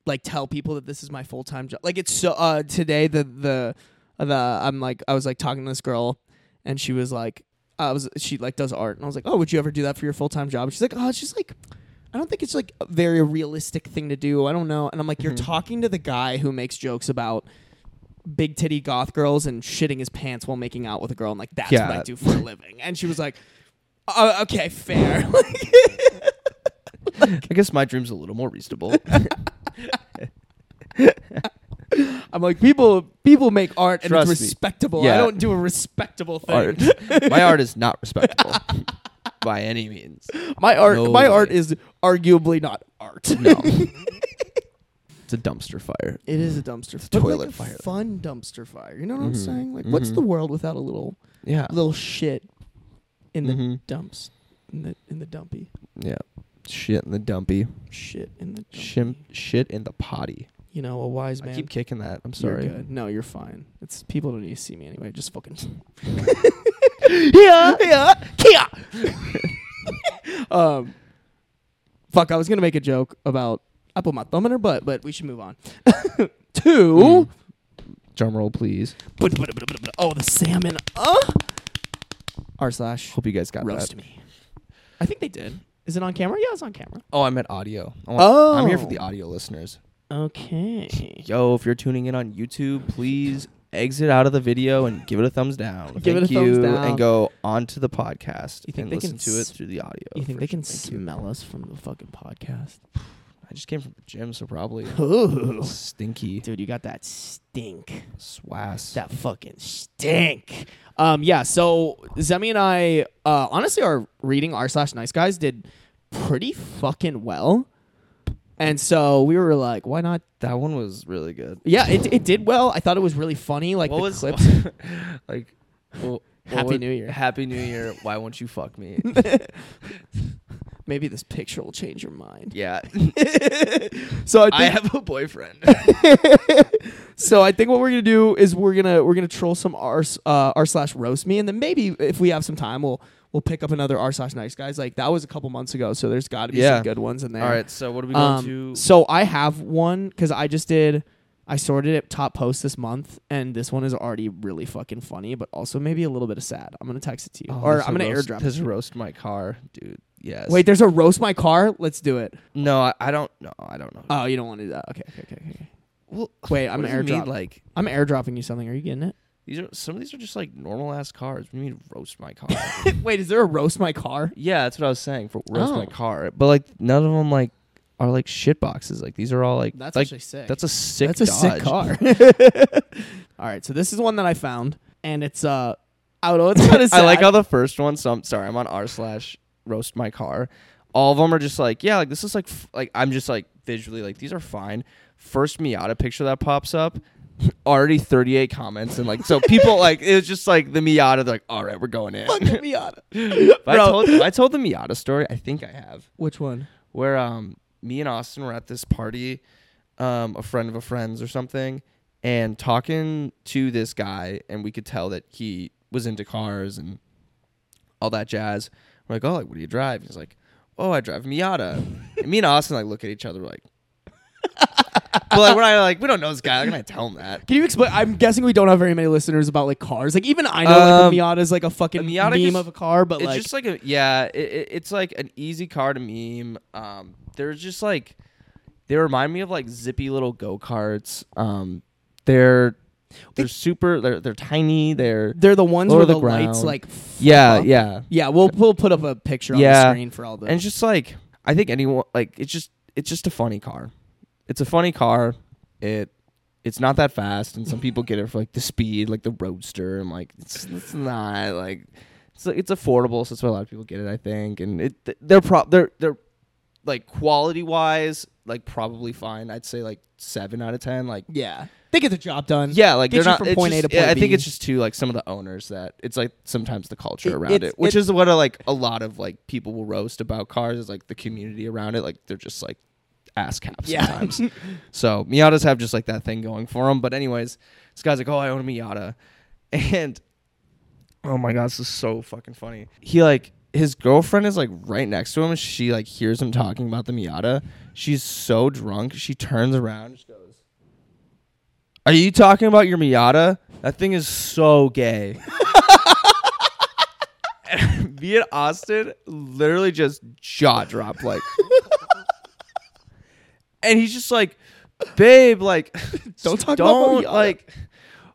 Speaker 4: like tell people that this is my full-time job like it's so uh today the the the I'm like I was like talking to this girl, and she was like, I was she like does art, and I was like, oh, would you ever do that for your full time job? And she's like, oh, it's just like. I don't think it's like a very realistic thing to do. I don't know. And I'm like, you're talking to the guy who makes jokes about big titty goth girls and shitting his pants while making out with a girl. And like, that's what I
Speaker 1: Yeah.
Speaker 4: do for a living. And she was like, oh, okay, fair.
Speaker 1: [laughs]
Speaker 4: [laughs]
Speaker 1: I guess my dream's a little more
Speaker 4: [laughs]
Speaker 1: reasonable.
Speaker 4: I'm like, people people make art and
Speaker 1: Trust me.
Speaker 4: it's respectable. I
Speaker 1: Yeah.
Speaker 4: don't do a respectable thing.
Speaker 1: art. My art is not respectable by any
Speaker 4: [laughs]
Speaker 1: means.
Speaker 4: [laughs] My art
Speaker 1: No
Speaker 4: my art
Speaker 1: way.
Speaker 4: is arguably not
Speaker 1: [laughs]
Speaker 4: art.
Speaker 1: No. it's a dumpster fire.
Speaker 4: It is a dumpster fire.
Speaker 1: toilet
Speaker 4: like a
Speaker 1: fire.
Speaker 4: Fun dumpster fire. You know what I'm
Speaker 1: Mm-hmm.
Speaker 4: saying? Like what's the world without a little
Speaker 1: Yeah.
Speaker 4: little shit in the
Speaker 1: Mhm.
Speaker 4: dumps? In the in the dumpy.
Speaker 1: Yeah. Shit in the dumpy.
Speaker 4: Shit in the dumpy.
Speaker 1: Shim, shit in the potty.
Speaker 4: You know, a wise man.
Speaker 1: I keep kicking that. I'm
Speaker 4: You're
Speaker 1: sorry.
Speaker 4: good. No, you're fine. It's people don't need to see me anyway. Just fucking
Speaker 1: [laughs]
Speaker 4: [laughs]
Speaker 1: Yeah.
Speaker 4: yeah, Kia. [laughs] um, fuck, I was gonna make a joke about I put my thumb in her butt, but we should move on. [laughs] Two.
Speaker 1: Drum roll, please.
Speaker 4: Oh, the salmon. Uh. R slash
Speaker 1: Hope you guys got
Speaker 4: roast
Speaker 1: that.
Speaker 4: me. I think they did. Is it on camera? Yeah, it's on camera.
Speaker 1: Oh, I meant audio. I want-
Speaker 4: Oh.
Speaker 1: I'm here for the audio listeners.
Speaker 4: Okay.
Speaker 1: Yo, if you're tuning in on YouTube, please exit out of the video and give it a thumbs down.
Speaker 4: Give it
Speaker 1: Thank
Speaker 4: a thumbs
Speaker 1: you,
Speaker 4: down.
Speaker 1: And go onto the podcast
Speaker 4: You think
Speaker 1: and
Speaker 4: they
Speaker 1: listen
Speaker 4: can
Speaker 1: to it
Speaker 4: s-
Speaker 1: through the audio.
Speaker 4: You think
Speaker 1: for
Speaker 4: they can
Speaker 1: sure. Thank you.
Speaker 4: smell us from the fucking podcast?
Speaker 1: I just came from the gym, so probably
Speaker 4: [laughs] Ooh.
Speaker 1: stinky
Speaker 4: Dude, you got that stink.
Speaker 1: swass.
Speaker 4: That fucking stink. Um, yeah. So Zemi and I, uh, honestly, our reading r slash nice guys did pretty fucking well, and so we were like, why not?
Speaker 1: That one was really good.
Speaker 4: Yeah, it, it did well. I thought it was really funny. Like
Speaker 1: What
Speaker 4: the
Speaker 1: was [laughs]
Speaker 4: clips.
Speaker 1: like? well, what
Speaker 4: Happy
Speaker 1: was-
Speaker 4: New Year.
Speaker 1: Happy New Year. Why won't you fuck
Speaker 4: [laughs]
Speaker 1: me?
Speaker 4: Maybe this picture will change your mind. [laughs]
Speaker 1: yeah,
Speaker 4: So I, think,
Speaker 1: I have [laughs] a
Speaker 4: [laughs]
Speaker 1: boyfriend.
Speaker 4: so I think what we're gonna do is we're gonna we're gonna troll some r s- uh, r slash roast me, and then maybe if we have some time, we'll we'll pick up another r slash nice guys. Like that was a couple months ago, so there's got to be
Speaker 1: Yeah.
Speaker 4: some good ones in there.
Speaker 1: All right, so what are we going
Speaker 4: Um,
Speaker 1: to?
Speaker 4: So I have one because I just did. I sorted it top post this month, and this one is already really fucking funny, but also maybe a little bit of sad. I'm gonna text it to you,
Speaker 1: Oh,
Speaker 4: or
Speaker 1: this
Speaker 4: I'm
Speaker 1: will
Speaker 4: gonna
Speaker 1: roast,
Speaker 4: airdrop. it.
Speaker 1: This roast my car, dude. Yes.
Speaker 4: Wait, there's a roast my car. Let's do it.
Speaker 1: no, I, I don't. No, I don't know.
Speaker 4: Oh, you don't want to do that? Okay, okay, okay, okay, okay.
Speaker 1: well,
Speaker 4: Wait, I'm
Speaker 1: what does it mean,
Speaker 4: airdrop.
Speaker 1: like
Speaker 4: I'm airdropping you something. Are you getting it?
Speaker 1: these are some of these are just like normal ass cars. What do you mean roast my car?
Speaker 4: [laughs]
Speaker 1: [laughs]
Speaker 4: Wait, is there a roast my car?
Speaker 1: yeah, that's what I was saying for roast my
Speaker 4: Oh.
Speaker 1: car. But like none of them like are like shit boxes. Like these are all like
Speaker 4: That's
Speaker 1: like,
Speaker 4: actually sick.
Speaker 1: That's a sick.
Speaker 4: That's a sick
Speaker 1: Dodge.
Speaker 4: car. [laughs] All right, so this is one that I found, and it's uh, I don't know. [laughs] It's kind of.
Speaker 1: I like how the first one. So I'm sorry. I'm on r slash roast my car. All of them are just like, yeah, like this is like, f- like I'm just like visually like these are fine. First Miata picture that pops up, [laughs] already 38 comments and like so people like it was just like the Miata. They're like, all right, we're going in.
Speaker 4: [laughs] fucking Miata.
Speaker 1: If I
Speaker 4: Bro.
Speaker 1: told if I told the Miata story. I think I have
Speaker 4: Which one?
Speaker 1: where um me and Austin were at this party, um a friend of a friend's or something, and talking to this guy, and we could tell that he was into cars and all that jazz. We're like, oh, like what do you drive? He's like, oh, I drive a Miata. and me and Austin like look at each other like, [laughs] but like we're not like we don't know this guy. Like, I'm not gonna tell him that.
Speaker 4: Can you explain? I'm guessing we don't have very many listeners about like cars. Like even I know like,
Speaker 1: Um,
Speaker 4: a Miata is like a fucking
Speaker 1: a Miata
Speaker 4: meme
Speaker 1: just-
Speaker 4: of a car, but
Speaker 1: it's
Speaker 4: like
Speaker 1: just like a yeah it, it, it's like an easy car to meme um there's just like they remind me of like zippy little go-karts um they're they're super they're, they're tiny they're
Speaker 4: they're the ones
Speaker 1: lower
Speaker 4: where
Speaker 1: the
Speaker 4: the, lights
Speaker 1: ground.
Speaker 4: like f-
Speaker 1: yeah
Speaker 4: up.
Speaker 1: yeah
Speaker 4: yeah. We'll we'll put up a picture on the
Speaker 1: Yeah.
Speaker 4: screen for all the.
Speaker 1: and it's just like i think anyone like it's just it's just a funny car it's a funny car it it's not that fast and some people get it for like the speed like the roadster and like it's, it's not like it's it's affordable so that's why a lot of people get it i think and it th- they're pro they're they're like quality wise like probably fine i'd say like 7 out of 10 like
Speaker 4: yeah, they get the job done.
Speaker 1: yeah, like
Speaker 4: Get
Speaker 1: they're
Speaker 4: you
Speaker 1: not
Speaker 4: from
Speaker 1: it's
Speaker 4: point A
Speaker 1: just-
Speaker 4: to point
Speaker 1: I think
Speaker 4: B.
Speaker 1: it's just too like some of the owners that it's like sometimes the culture
Speaker 4: It-
Speaker 1: around
Speaker 4: it's-
Speaker 1: it, which
Speaker 4: it-
Speaker 1: is what I, like a lot of like people will roast about cars is like the community around it, like they're just like ass caps
Speaker 4: Yeah.
Speaker 1: sometimes.
Speaker 4: [laughs]
Speaker 1: so Miatas have just like that thing going for them. But anyways, this guy's like, oh, I own a Miata, [laughs] and oh my god, this is so fucking funny. He like. His girlfriend is like right next to him. and She like hears him talking about the Miata. She's so drunk. She turns around, just goes, are you talking about your Miata? That thing is so gay. [laughs] And Me and Austin literally just jaw dropped like [laughs] And he's just like, babe, like
Speaker 4: [laughs] Don't talk about
Speaker 1: don't,
Speaker 4: Miata."
Speaker 1: like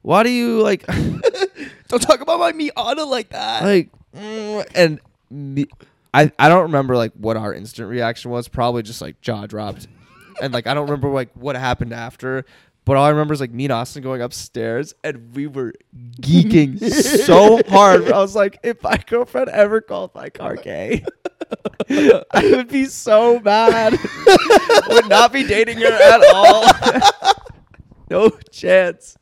Speaker 1: why do you like
Speaker 4: [laughs] Don't talk about my Miata like that.
Speaker 1: like mm, and me, I I don't remember like what our instant reaction was. Probably just like jaw dropped, and like I don't remember like what happened after. But all I remember is like me and Austin going upstairs, and we were geeking
Speaker 4: [laughs]
Speaker 1: so hard. I was like, if my girlfriend ever called my car gay, [laughs] I would be so mad. would not be dating her at all. [laughs] no chance.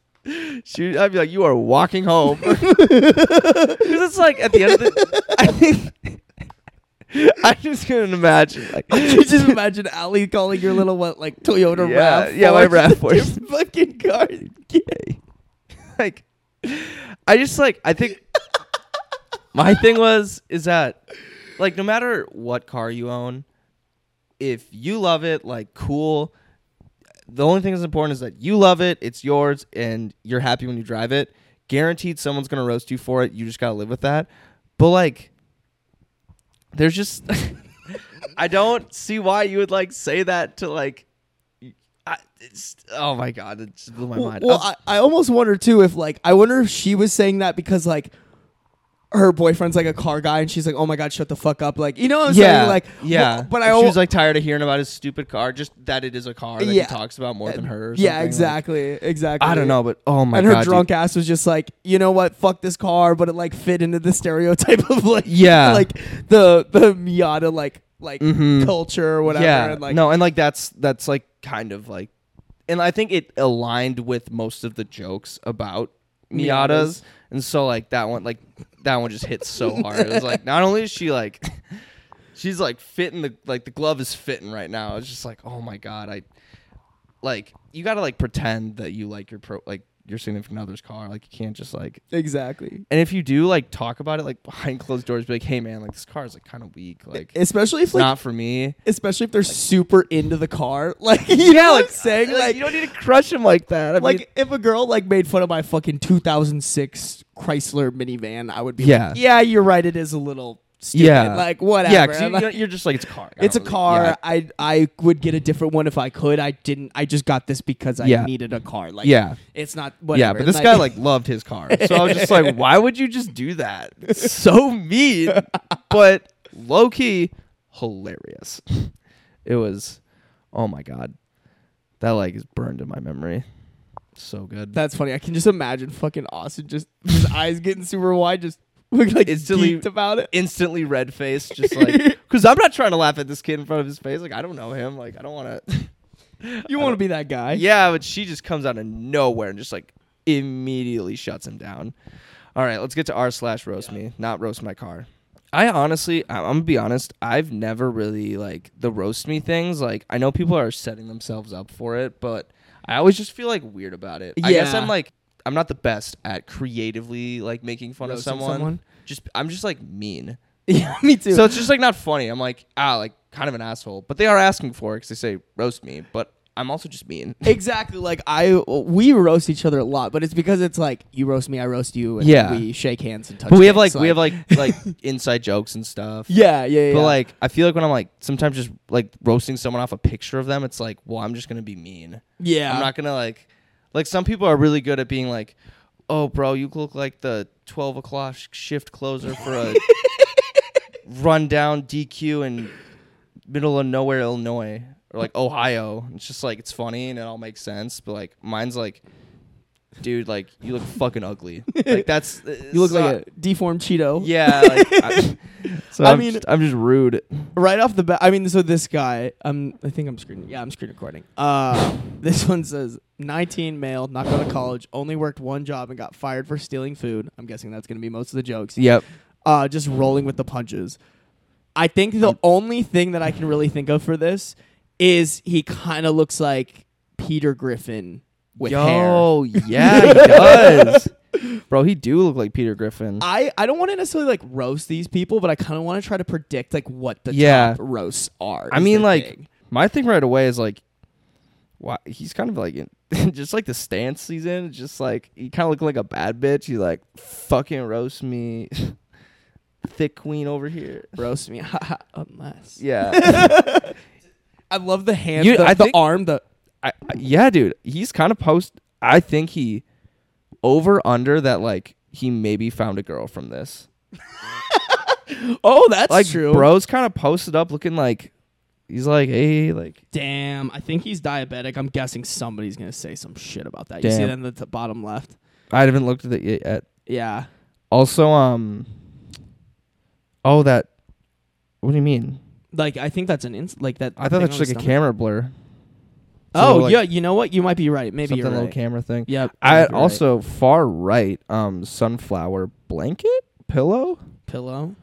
Speaker 1: She, I'd be like, you are walking [laughs] home. Because it's like at the end of the, I think [laughs] I just couldn't imagine. [laughs] Like,
Speaker 4: you [laughs] just imagine Ali calling your little what like Toyota
Speaker 1: Yeah,
Speaker 4: Rav?
Speaker 1: yeah, my
Speaker 4: [laughs] Rav4.
Speaker 1: [laughs]
Speaker 4: Your
Speaker 1: Rav4.
Speaker 4: fucking car is gay.
Speaker 1: like, I just like I think my thing was is that like no matter what car you own, if you love it, like cool. The only thing that's important is that you love it, it's yours, and you're happy when you drive it. Guaranteed, someone's gonna roast you for it. You just gotta live with that. But like, there's just [laughs] I don't see why you would like say that to like. I, it's, oh my god, it just blew my
Speaker 4: Well,
Speaker 1: mind.
Speaker 4: well,
Speaker 1: I'm-
Speaker 4: I, I almost wonder too if like I wonder if she was saying that because like her boyfriend's like a car guy and she's like, oh my god, shut the fuck up, like you know what I'm saying? Like
Speaker 1: yeah.
Speaker 4: well, but I
Speaker 1: she
Speaker 4: al-
Speaker 1: was like tired of hearing about his stupid car. Just that it is a car that
Speaker 4: Yeah.
Speaker 1: he talks about more than hers.
Speaker 4: yeah, exactly, exactly.
Speaker 1: I don't know, but oh my
Speaker 4: and
Speaker 1: god,
Speaker 4: her
Speaker 1: dude.
Speaker 4: drunk ass was just like, you know what? Fuck this car, but it like fit into the stereotype of like,
Speaker 1: Yeah.
Speaker 4: [laughs] like the the Miata like like
Speaker 1: Mhm.
Speaker 4: culture or whatever.
Speaker 1: Yeah,
Speaker 4: and, like,
Speaker 1: no, and like that's that's like kind of like, and I think it aligned with most of the jokes about Miatas,
Speaker 4: Miatas.
Speaker 1: and so like that one, like that one just hit so hard. It was like not only is she like, [laughs] she's like fitting the like the glove is fitting right now. It's just like oh my god, I like you got to like pretend that you like your pro like your significant other's car. Like you can't just like
Speaker 4: exactly.
Speaker 1: And if you do like talk about it like behind closed doors, be like, hey man, like this car is like kind of weak, like it's
Speaker 4: Especially if like,
Speaker 1: not for me.
Speaker 4: especially if they're super into the car, [laughs] like you know what I'm saying like,
Speaker 1: uh, you don't need to crush him like that. I
Speaker 4: like
Speaker 1: mean,
Speaker 4: if a girl like made fun of my fucking 2006 Chrysler minivan, I would be
Speaker 1: Yeah.
Speaker 4: like, yeah, you're right, it is a little stupid,
Speaker 1: Yeah.
Speaker 4: like whatever.
Speaker 1: yeah, 'cause you,
Speaker 4: Like,
Speaker 1: you know, you're just like it's a car. I
Speaker 4: it's a
Speaker 1: don't really-
Speaker 4: car.
Speaker 1: yeah.
Speaker 4: I I would get a different one if I could. I didn't. I just got this because I
Speaker 1: Yeah.
Speaker 4: needed a car. Like
Speaker 1: Yeah.
Speaker 4: it's not
Speaker 1: Yeah,
Speaker 4: whatever.
Speaker 1: but this
Speaker 4: [laughs]
Speaker 1: guy like loved his car, so I was just [laughs] like, why would you just do that? It's so mean, but low key hilarious. It was, oh my god, that like is burned in my memory. So good.
Speaker 4: that's funny. I can just imagine fucking Austin just his eyes getting super wide, just [laughs] looking like
Speaker 1: Instantly-
Speaker 4: geeked about it.
Speaker 1: instantly red face, [laughs] just like because I'm not trying to laugh at this kid in front of his face. Like I don't know him. Like I don't want [laughs] to.
Speaker 4: You want to be that [laughs] guy?
Speaker 1: yeah, but she just comes out of nowhere and just like immediately shuts him down. All right, let's get to r slash roast me, not roast my car. I honestly, I- I'm gonna be honest. I've never really like the roast me things. Like I know people are setting themselves up for it, but I always just feel like weird about it. I guess
Speaker 4: Yeah.
Speaker 1: I'm like I'm not the best at creatively like making fun of
Speaker 4: Roasting
Speaker 1: someone.
Speaker 4: someone?
Speaker 1: Just I'm just like mean. [laughs]
Speaker 4: yeah, me too.
Speaker 1: So it's just like not funny. I'm like, ah, like kind of an asshole. But they are asking for it because they say roast me. But I'm also just mean. [laughs]
Speaker 4: Exactly. Like I, we roast each other a lot, but it's because it's like you roast me, I roast you, and
Speaker 1: Yeah.
Speaker 4: we shake hands and touch.
Speaker 1: But we have like
Speaker 4: dicks,
Speaker 1: we have like like
Speaker 4: [laughs]
Speaker 1: inside jokes and stuff.
Speaker 4: yeah, yeah, yeah.
Speaker 1: But like I feel like when I'm like sometimes just like roasting someone off a picture of them, it's like, well, I'm just gonna be mean.
Speaker 4: yeah,
Speaker 1: I'm not gonna like like some people are really good at being like, oh, bro, you look like the 12 o'clock sh- shift closer for
Speaker 4: [laughs]
Speaker 1: a rundown DQ in middle of nowhere Illinois or like Ohio. It's just like it's funny and it all makes sense, but like mine's like. Dude, like you look fucking ugly. Like that's
Speaker 4: [laughs] You look like a deformed Cheeto.
Speaker 1: [laughs] yeah. Like, I, so
Speaker 4: I
Speaker 1: I'm
Speaker 4: mean-
Speaker 1: just- I'm just rude.
Speaker 4: Right off the bat, I mean, so this guy, um, I think I'm screen. Yeah, I'm screen recording. Uh, [laughs] this one says 19 male, not going to college, only worked one job and got fired for stealing food. I'm guessing that's gonna be most of the jokes.
Speaker 1: Yep.
Speaker 4: uh, just rolling with the punches. I think the only thing that I can really think of for this is he kind of looks like Peter Griffin with hair.
Speaker 1: Yo, yeah, he does. Bro, he do look like Peter Griffin.
Speaker 4: I, I don't want to necessarily like roast these people, but I kind of want to try to predict like what the
Speaker 1: Yeah.
Speaker 4: top roasts are.
Speaker 1: I
Speaker 4: is
Speaker 1: mean,
Speaker 4: the
Speaker 1: like
Speaker 4: thing.
Speaker 1: my thing right away is like why he's kind of like [laughs] in, just like the stance he's in. it's Just like he kind of looked like a bad bitch. He's like fucking roast me, [laughs] thick queen over here.
Speaker 4: roast me [laughs] unless
Speaker 1: Yeah,
Speaker 4: I love the hand,
Speaker 1: You-
Speaker 4: the,
Speaker 1: I
Speaker 4: the
Speaker 1: think-
Speaker 4: arm, the
Speaker 1: I, I- yeah, dude. He's kind of post. I think he over under that like he maybe found a girl from this.
Speaker 4: oh, that's
Speaker 1: like
Speaker 4: true.
Speaker 1: bro's kind of posted up looking like he's like hey like
Speaker 4: Damn, I think he's diabetic. I'm guessing somebody's gonna say some shit about that. You see
Speaker 1: Damn.
Speaker 4: that in the t- bottom left?
Speaker 1: I haven't looked at it yet- yet.
Speaker 4: Yeah,
Speaker 1: Also, um, oh that. What do you mean?
Speaker 4: like I think that's an ins- like that.
Speaker 1: I thought
Speaker 4: thing
Speaker 1: that's
Speaker 4: on
Speaker 1: like
Speaker 4: the
Speaker 1: a
Speaker 4: stomach.
Speaker 1: camera blur.
Speaker 4: Oh
Speaker 1: So, like,
Speaker 4: yeah, you know what? You might be right. Maybe
Speaker 1: something
Speaker 4: you're
Speaker 1: little
Speaker 4: right.
Speaker 1: camera thing.
Speaker 4: yeah,
Speaker 1: I
Speaker 4: might be right.
Speaker 1: also far right, um, sunflower blanket pillow.
Speaker 4: pillow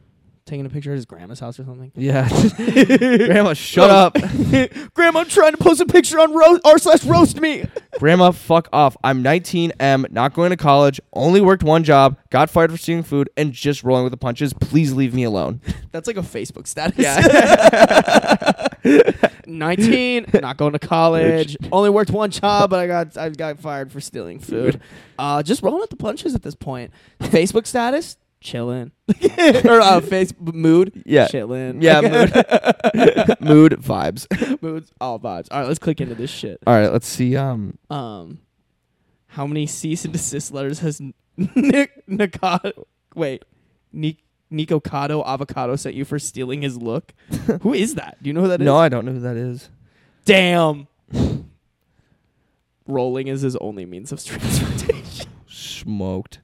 Speaker 4: taking a picture at his grandma's house or something. [laughs]
Speaker 1: Yeah, Grandma, [laughs]
Speaker 4: Oh.
Speaker 1: shut up.
Speaker 4: Grandma, I'm trying to post a picture on roast r slash roast me. [laughs]
Speaker 1: Grandma, fuck off. I'm 19, am not going to college, only worked one job, got fired for stealing food, and just rolling with the punches. Please leave me alone.
Speaker 4: That's like a Facebook status. [laughs]
Speaker 1: [laughs]
Speaker 4: 19, not going to college. Only worked one job, but I got I got fired for
Speaker 1: [laughs]
Speaker 4: stealing food. Uh, just rolling with the punches at this point. Facebook status,
Speaker 1: [laughs]
Speaker 4: chilling. [laughs] or uh, Facebook mood,
Speaker 1: Yeah.
Speaker 4: chilling. [laughs]
Speaker 1: yeah, mood, mood vibes.
Speaker 4: moods, all vibes. All right, let's click into this shit.
Speaker 1: All right, let's see. Um,
Speaker 4: Um, how many cease and desist letters has [laughs] Nick Nikado? Wait, Nick. Nico Cotto Avocado sent you for stealing his
Speaker 1: [laughs]
Speaker 4: look. who is that? Do you know who that is?
Speaker 1: no, I don't know who that is.
Speaker 4: Damn. Rolling is his only means of
Speaker 1: [laughs]
Speaker 4: transportation.
Speaker 1: Smoked.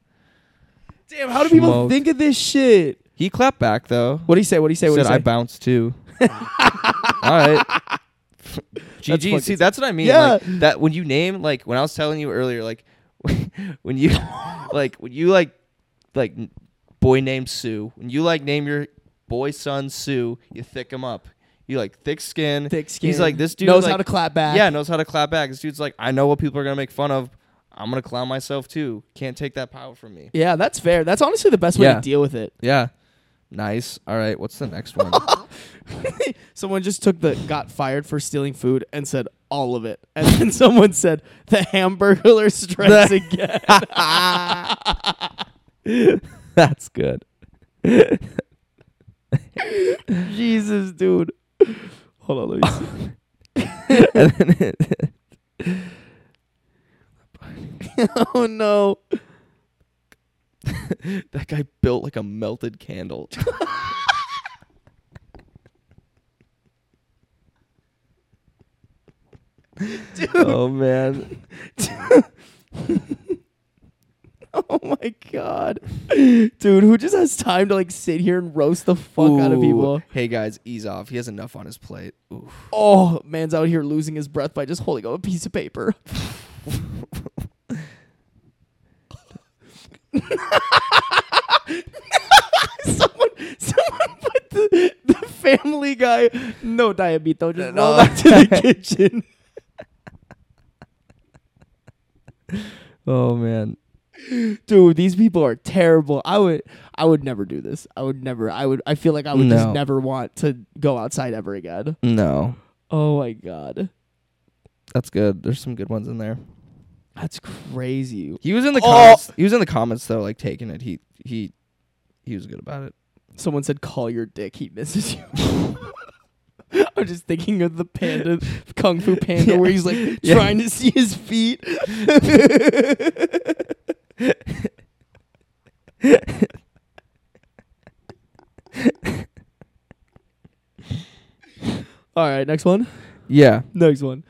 Speaker 4: Damn, how do people
Speaker 1: Smoked.
Speaker 4: think of this shit?
Speaker 1: He clapped back though.
Speaker 4: What do you say? What do you say? What do you
Speaker 1: said
Speaker 4: say?
Speaker 1: I bounced
Speaker 4: [laughs]
Speaker 1: too. All right. GG.
Speaker 4: fucking
Speaker 1: See, that's what I mean.
Speaker 4: Yeah.
Speaker 1: Like, that when you name like when I was telling you earlier, like [laughs] when you like when you like like n- boy named Sue. When you like name your boy son Sue, you thick him up. You like thick skin.
Speaker 4: Thick skin.
Speaker 1: He's like this dude
Speaker 4: knows
Speaker 1: like-
Speaker 4: how to clap back.
Speaker 1: Yeah, knows how to clap back. This dude's like, I know what people are gonna make fun of. I'm gonna clown myself too. Can't take that power from me.
Speaker 4: yeah, that's fair. That's honestly the best way
Speaker 1: Yeah.
Speaker 4: to deal with it.
Speaker 1: Yeah. Nice. All right. What's the next one?
Speaker 4: Someone just took the got fired for stealing food and said all of it, and then [laughs] someone said the hamburger [laughs] strikes again.
Speaker 1: [laughs] That's good.
Speaker 4: Jesus, dude. Hold on, let me see. [laughs]
Speaker 1: And then it-
Speaker 4: oh no.
Speaker 1: that guy built like a melted [laughs] candle. Oh man.
Speaker 4: Oh my god. Dude, who just has time to like sit here and roast the fuck out of
Speaker 1: Ooh.
Speaker 4: people?
Speaker 1: Hey guys, ease off. He has enough on his plate. Oof.
Speaker 4: Oh, man's out here losing his breath by just holding up a piece of paper. [laughs] someone, someone put the, the Family Guy no diabito just roll back to the kitchen.
Speaker 1: Oh man.
Speaker 4: Dude, these people are terrible. I would, I would never do this. I would never. I would. I feel like I would just
Speaker 1: No.
Speaker 4: never want to go outside ever again.
Speaker 1: No.
Speaker 4: Oh my god,
Speaker 1: That's good. There's some good ones in there.
Speaker 4: that's crazy.
Speaker 1: He was in the
Speaker 4: Oh.
Speaker 1: comments. He was in the comments though, like taking it. He he he was good about it.
Speaker 4: Someone said, "Call your dick. He misses you." [laughs] I'm just thinking of the panda, Kung Fu Panda, where he's like
Speaker 1: [laughs] Yeah.
Speaker 4: trying to see his feet. [laughs] All right, next one.
Speaker 1: Yeah.
Speaker 4: Next one.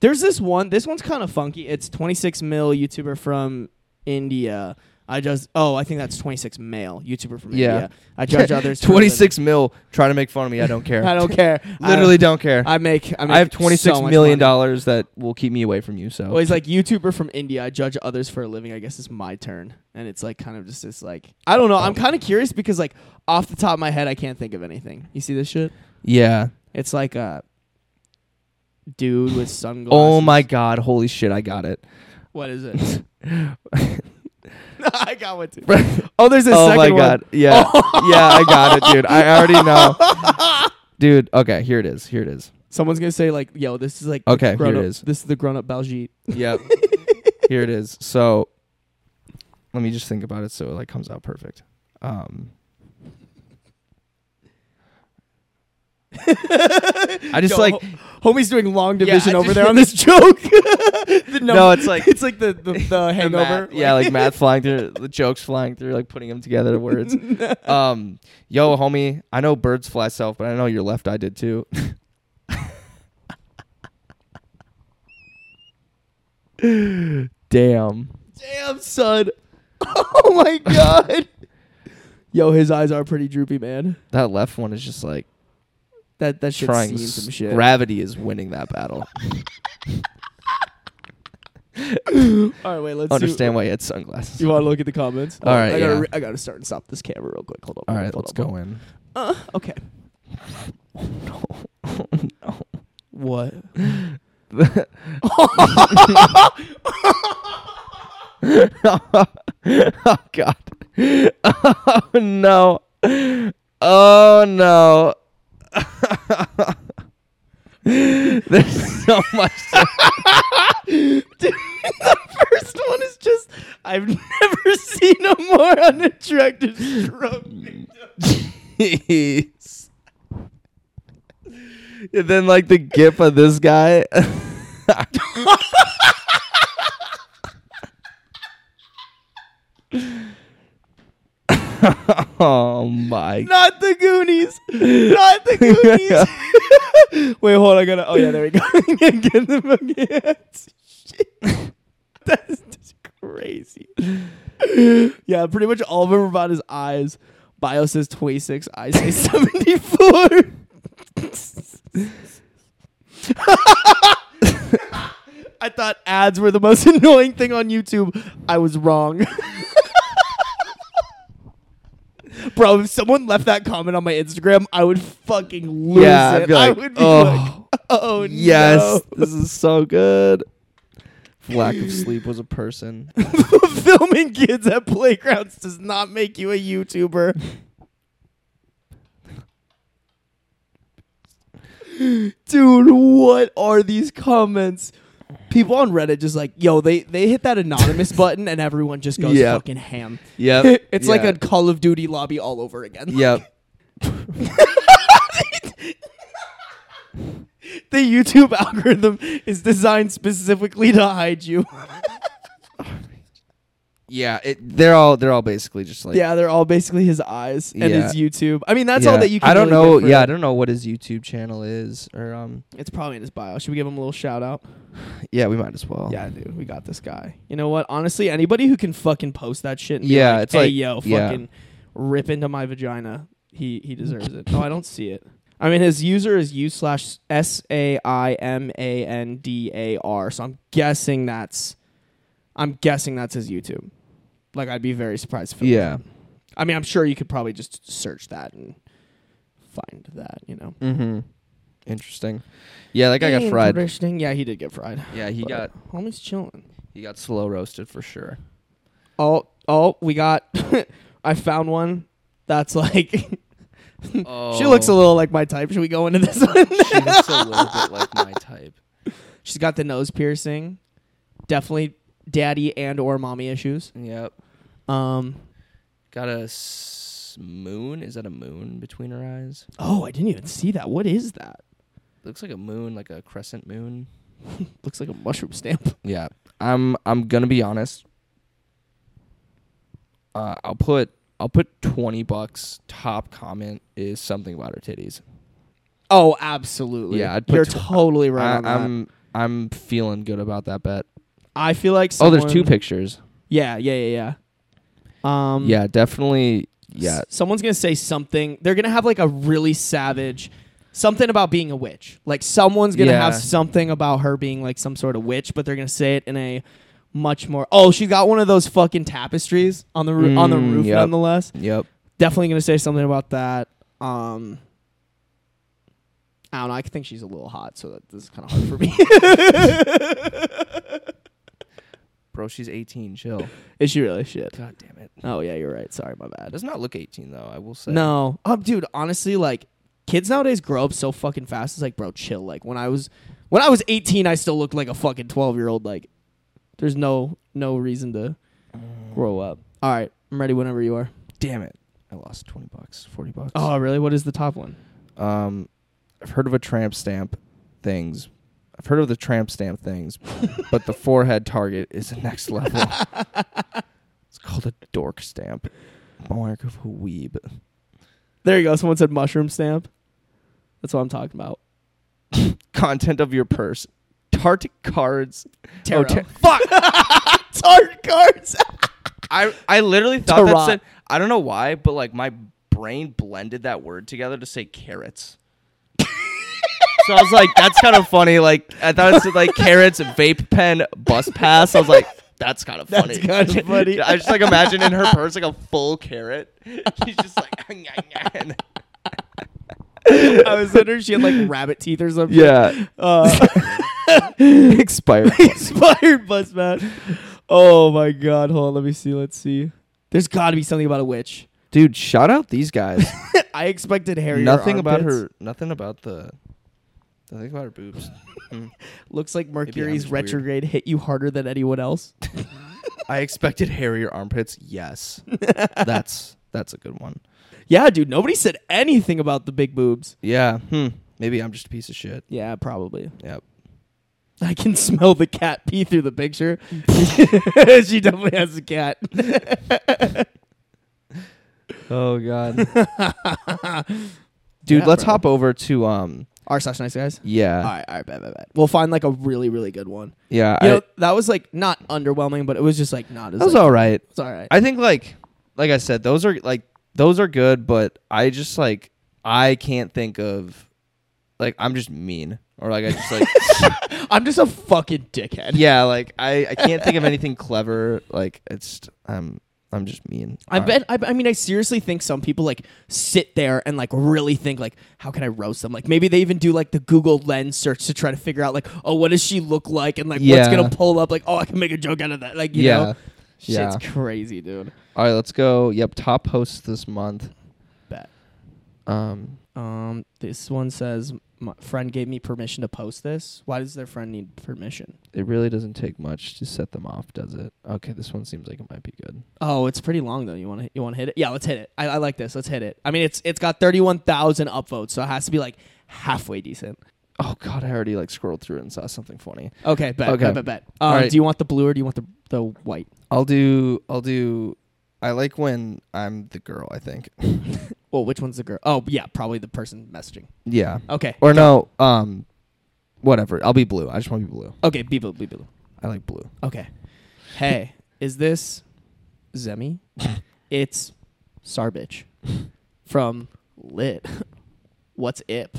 Speaker 4: There's this one. This one's kind of funky. It's 26 mil YouTuber from India. I just oh I think that's 26 male YouTuber from
Speaker 1: Yeah.
Speaker 4: India. I
Speaker 1: [laughs]
Speaker 4: judge others. for a living.
Speaker 1: 26 mil. Try to make fun of me. [laughs] I don't care.
Speaker 4: I don't care.
Speaker 1: Literally don't care.
Speaker 4: I, I make. I, make
Speaker 1: I have twenty six
Speaker 4: so much
Speaker 1: million
Speaker 4: money.
Speaker 1: dollars that will keep me away from you. So
Speaker 4: Well, he's like YouTuber from India. I judge others for a living. I guess it's my turn, and it's like kind of just this like I don't know. I'm kind of curious because like off the top of my head, I can't think of anything. You see this shit?
Speaker 1: yeah.
Speaker 4: It's like a dude with sunglasses.
Speaker 1: Oh my god! Holy shit! I got it.
Speaker 4: What is
Speaker 1: [laughs]
Speaker 4: it? I got one too. Oh, there's a
Speaker 1: oh
Speaker 4: second
Speaker 1: my
Speaker 4: one.
Speaker 1: god!
Speaker 4: [laughs]
Speaker 1: Yeah, yeah, I got it, dude. I already know, dude. Okay, here it is. Here it is.
Speaker 4: Someone's gonna say like, "Yo, this is like
Speaker 1: Okay,
Speaker 4: the grown
Speaker 1: here it
Speaker 4: up,
Speaker 1: is.
Speaker 4: This is the grown up Baljeet. [laughs]
Speaker 1: Yep. Here it is. So let me just think about it so it like comes out perfect.
Speaker 4: [laughs]
Speaker 1: Um I just
Speaker 4: Yo,
Speaker 1: like
Speaker 4: ho- homie's doing long
Speaker 1: Yeah,
Speaker 4: division
Speaker 1: I
Speaker 4: over
Speaker 1: just- [laughs]
Speaker 4: there on this joke. [laughs] The
Speaker 1: No,
Speaker 4: number-
Speaker 1: it's like-
Speaker 4: [laughs] it's like the
Speaker 1: [laughs]
Speaker 4: the, the
Speaker 1: the
Speaker 4: hangover.
Speaker 1: math- yeah, like math flying through the jokes flying through, like putting them together the words. um yo homie, I know birds fly south, but I know your left eye did too. [laughs] Damn.
Speaker 4: [laughs] Damn, son. [laughs] Oh
Speaker 1: [laughs]
Speaker 4: my god. Yo, his eyes are pretty droopy, man.
Speaker 1: That left one is just like
Speaker 4: That that shit's
Speaker 1: trying
Speaker 4: seen
Speaker 1: s-
Speaker 4: some shit.
Speaker 1: Gravity is winning that
Speaker 4: [laughs]
Speaker 1: battle.
Speaker 4: All right, wait. Let's do-
Speaker 1: Understand why he had sunglasses.
Speaker 4: You want to look at the comments?
Speaker 1: All
Speaker 4: Hold on,
Speaker 1: right,
Speaker 4: I gotta,
Speaker 1: yeah.
Speaker 4: I gotta start and stop this camera real quick. Hold
Speaker 1: All
Speaker 4: on. hold
Speaker 1: right,
Speaker 4: on,
Speaker 1: let's
Speaker 4: hold
Speaker 1: go in.
Speaker 4: on. Uh, okay. [laughs] What?
Speaker 1: oh God. Oh no. Oh no. There's so much. [laughs]
Speaker 4: the first one is just
Speaker 1: [laughs]
Speaker 4: I've never seen a more unattractive stroke.
Speaker 1: Jeez. And then like the gif of this guy. [laughs] oh my
Speaker 4: Not the [laughs] Goonies. Not the Goonies. [laughs] Wait, hold on. I gotta. Oh yeah, there we go. [laughs] Get the fucking- [laughs] Shit. [laughs] That is just crazy. [laughs] Yeah, pretty much all of them are about his eyes. Bio says 26. I say [laughs] 74. [laughs] I thought ads were the most [laughs] annoying thing on YouTube. I was wrong. [laughs] Bro, if someone left that comment on my Instagram, I would fucking lose
Speaker 1: Yeah, I'd
Speaker 4: it.
Speaker 1: be like,
Speaker 4: I would be
Speaker 1: "Oh,
Speaker 4: like, [laughs] oh
Speaker 1: Yes,
Speaker 4: no.
Speaker 1: this is so good. Lack of sleep was a person.
Speaker 4: [laughs] filming kids at playgrounds does not make you a YouTuber. [laughs] Dude, what are these comments? People on Reddit just like, yo, they they hit that
Speaker 1: [laughs]
Speaker 4: anonymous button and everyone just goes
Speaker 1: Yeah. Uh,
Speaker 4: fucking ham.
Speaker 1: Yep.
Speaker 4: [laughs] it's like a Call of Duty lobby all over again.
Speaker 1: Yep.
Speaker 4: [laughs] The YouTube algorithm is designed specifically to hide you.
Speaker 1: Yeah, it, they're all they're all basically just like
Speaker 4: yeah, they're all basically his eyes and
Speaker 1: Yeah.
Speaker 4: his YouTube. I mean, that's
Speaker 1: Yeah.
Speaker 4: all that you can
Speaker 1: I don't
Speaker 4: really
Speaker 1: know.
Speaker 4: get for
Speaker 1: Yeah, I
Speaker 4: it.
Speaker 1: don't know what his YouTube channel is or um
Speaker 4: It's probably in his bio. Should we give him a little shout out?
Speaker 1: yeah, we might as well.
Speaker 4: Yeah, dude, we got this guy. You know what? Honestly, anybody who can fucking post that shit and
Speaker 1: Yeah,
Speaker 4: be like,
Speaker 1: it's
Speaker 4: hey,
Speaker 1: like-
Speaker 4: yo,
Speaker 1: yeah.
Speaker 4: fucking rip into my vagina, he he deserves it. No, I don't see it. I mean, his user is u slash s a i m a n d a r. So I'm guessing that's, I'm guessing that's his YouTube. Like, I'd be very surprised. If it
Speaker 1: Yeah.
Speaker 4: wasn't. I mean, I'm sure you could probably just search that and find that. You know.
Speaker 1: Mm-hmm. Interesting. Yeah, that guy got fried.
Speaker 4: Interesting. Yeah, he did get fried.
Speaker 1: Yeah, he
Speaker 4: But
Speaker 1: got
Speaker 4: homie's chilling.
Speaker 1: he got slow roasted for sure.
Speaker 4: Oh, oh, we got. [laughs] I found one that's like. [laughs]
Speaker 1: Oh,
Speaker 4: [laughs] She looks a little like my type. Should we go into this one?
Speaker 1: she looks a little bit like my type.
Speaker 4: [laughs] She's got the nose piercing. Definitely daddy and or mommy issues.
Speaker 1: Yep.
Speaker 4: Um.
Speaker 1: Got a s- moon? Is that a moon between her eyes?
Speaker 4: Oh, I didn't even see that. What is that?
Speaker 1: Looks like a moon, like a crescent moon.
Speaker 4: Looks like a mushroom stamp. [laughs]
Speaker 1: Yeah, I'm. I'm gonna be honest. Uh, I'll put. I'll put twenty bucks. Top comment is something about her titties.
Speaker 4: Oh, absolutely.
Speaker 1: Yeah, I'd put
Speaker 4: you're
Speaker 1: tw-
Speaker 4: totally right. on
Speaker 1: I,
Speaker 4: that.
Speaker 1: I'm. I'm feeling good about that bet.
Speaker 4: I feel like.
Speaker 1: Oh,
Speaker 4: Someone,
Speaker 1: there's two pictures.
Speaker 4: Yeah, yeah, yeah, yeah. Um.
Speaker 1: Yeah, definitely. Yeah,
Speaker 4: S- Someone's gonna say something. They're gonna have like a really savage something about being a witch. Like someone's gonna have
Speaker 1: Yeah.
Speaker 4: something about her being like some sort of witch, but they're gonna say it in a much more. Oh, she's got one of those fucking tapestries on the roo- on the
Speaker 1: Mm,
Speaker 4: roof.
Speaker 1: yep.
Speaker 4: Nonetheless,
Speaker 1: Yep.
Speaker 4: definitely gonna say something about that. Um. I don't know. I think she's a little hot, so that, this is kind of hard for me. [laughs]
Speaker 1: Bro, she's 18. Chill.
Speaker 4: is she really shit?
Speaker 1: God damn it.
Speaker 4: Oh yeah, you're right. Sorry, my bad.
Speaker 1: Does not look 18 though. I will say.
Speaker 4: No, um, dude. Honestly, like kids nowadays grow up so fucking fast. It's like, bro, chill. Like when I was when I was 18, I still looked like a fucking 12 year old. Like there's no no reason to grow up. All right, I'm ready whenever you are.
Speaker 1: Damn it. I lost 20 bucks, 40 bucks.
Speaker 4: Oh, really? What is the top one?
Speaker 1: Um, I've heard of a tramp stamp things. I've heard of the tramp stamp [laughs] things, but the forehead target is the next [laughs] level. it's called a dork stamp. Mark of a weeb.
Speaker 4: There you go. Someone said mushroom stamp. That's what I'm talking [laughs] about.
Speaker 1: Content of your purse. Tart cards. Oh,
Speaker 4: Tarot.
Speaker 1: ta- fuck!
Speaker 4: Tart cards.
Speaker 1: I, I literally thought
Speaker 4: Tarot.
Speaker 1: that said, I don't know why, but like my brain blended that word together to say carrots. [laughs] so I was like, that's kind of funny. Like, I thought it said like carrots, vape pen, bus pass. I was like, that's kind of funny. [laughs]
Speaker 4: That's kinda funny.
Speaker 1: I just like imagine in her purse like a full carrot. She's just like, [laughs] "Nyah, nyah," and-
Speaker 4: [laughs] I was in her. She had like rabbit teeth or Uh, something.
Speaker 1: yeah,
Speaker 4: Uh, [laughs]
Speaker 1: expired.
Speaker 4: inspired bus man. Oh my god. Hold on. Let me see. Let's see. There's got to be something about a witch.
Speaker 1: Dude, shout out these [laughs] guys.
Speaker 4: I expected Harry.
Speaker 1: nothing about her. Nothing about the. Nothing about her boobs.
Speaker 4: Looks like
Speaker 1: Mercury's
Speaker 4: Mercury's
Speaker 1: just weird.
Speaker 4: retrograde hit you harder than anyone else. [laughs]
Speaker 1: I expected hairier armpits.
Speaker 4: [laughs]
Speaker 1: Yes, that's that's a good one.
Speaker 4: yeah, dude. Nobody said anything about the big boobs.
Speaker 1: Yeah. Hmm. Maybe I'm just a piece of shit.
Speaker 4: Yeah, probably.
Speaker 1: Yep.
Speaker 4: I can smell the cat pee through the picture. [laughs] she definitely has a cat.
Speaker 1: Oh God. [laughs] Dude,
Speaker 4: Yeah,
Speaker 1: let's
Speaker 4: bro.
Speaker 1: hop over to um.
Speaker 4: R slash nice guys.
Speaker 1: Yeah.
Speaker 4: All right, all right, bet, bet, bet. We'll find like a really, really good one.
Speaker 1: Yeah.
Speaker 4: You
Speaker 1: I,
Speaker 4: know, that was like not underwhelming, but it was just like not as.
Speaker 1: that was
Speaker 4: like,
Speaker 1: all right.
Speaker 4: It's all right.
Speaker 1: I think like like I said, those are like those are good, but I just like I can't think of like I'm just mean or like I just like
Speaker 4: [laughs] I'm just a fucking dickhead.
Speaker 1: yeah like I I can't think of anything clever like it's I'm I'm just mean.
Speaker 4: I
Speaker 1: All right.
Speaker 4: bet. I, I mean, I seriously think some people like sit there and like really think like, how can I roast them? Like maybe they even do like the Google lens search to try to figure out like, oh, what does she look like? And like, what's
Speaker 1: Yeah.
Speaker 4: gonna pull up? Like, oh, I can make a joke out of that. Like, you
Speaker 1: yeah.
Speaker 4: know, shit's
Speaker 1: Yeah.
Speaker 4: crazy, dude.
Speaker 1: All right, let's go. Yep, top hosts this month.
Speaker 4: Bet.
Speaker 1: Um,
Speaker 4: Um, this one says my friend gave me permission to post this. Why does their friend need permission?
Speaker 1: it really doesn't take much to set them off, does it? Okay, this one seems like it might be good.
Speaker 4: Oh, it's pretty long though. You want to you want to hit it? Yeah, let's hit it. I, I like this. Let's hit it. I mean, it's it's got thirty one thousand upvotes, so it has to be like halfway decent.
Speaker 1: Oh God, I already like scrolled through it and saw something funny.
Speaker 4: Okay, bet,
Speaker 1: Okay.
Speaker 4: bet, bet, bet. Um,
Speaker 1: All right.
Speaker 4: Do you want the blue or do you want the the white?
Speaker 1: I'll do. I'll do. I like when I'm the girl. I think.
Speaker 4: Well, which one's the girl? Oh, yeah, probably the person messaging.
Speaker 1: yeah.
Speaker 4: Okay,
Speaker 1: Or no. Um, whatever. I'll be blue. I just want to be blue.
Speaker 4: okay, be blue, be blue.
Speaker 1: I like blue.
Speaker 4: Okay. Hey, is this
Speaker 1: [laughs]
Speaker 4: Zemi? it's Sarbitch from Lit. [laughs] What's Ip?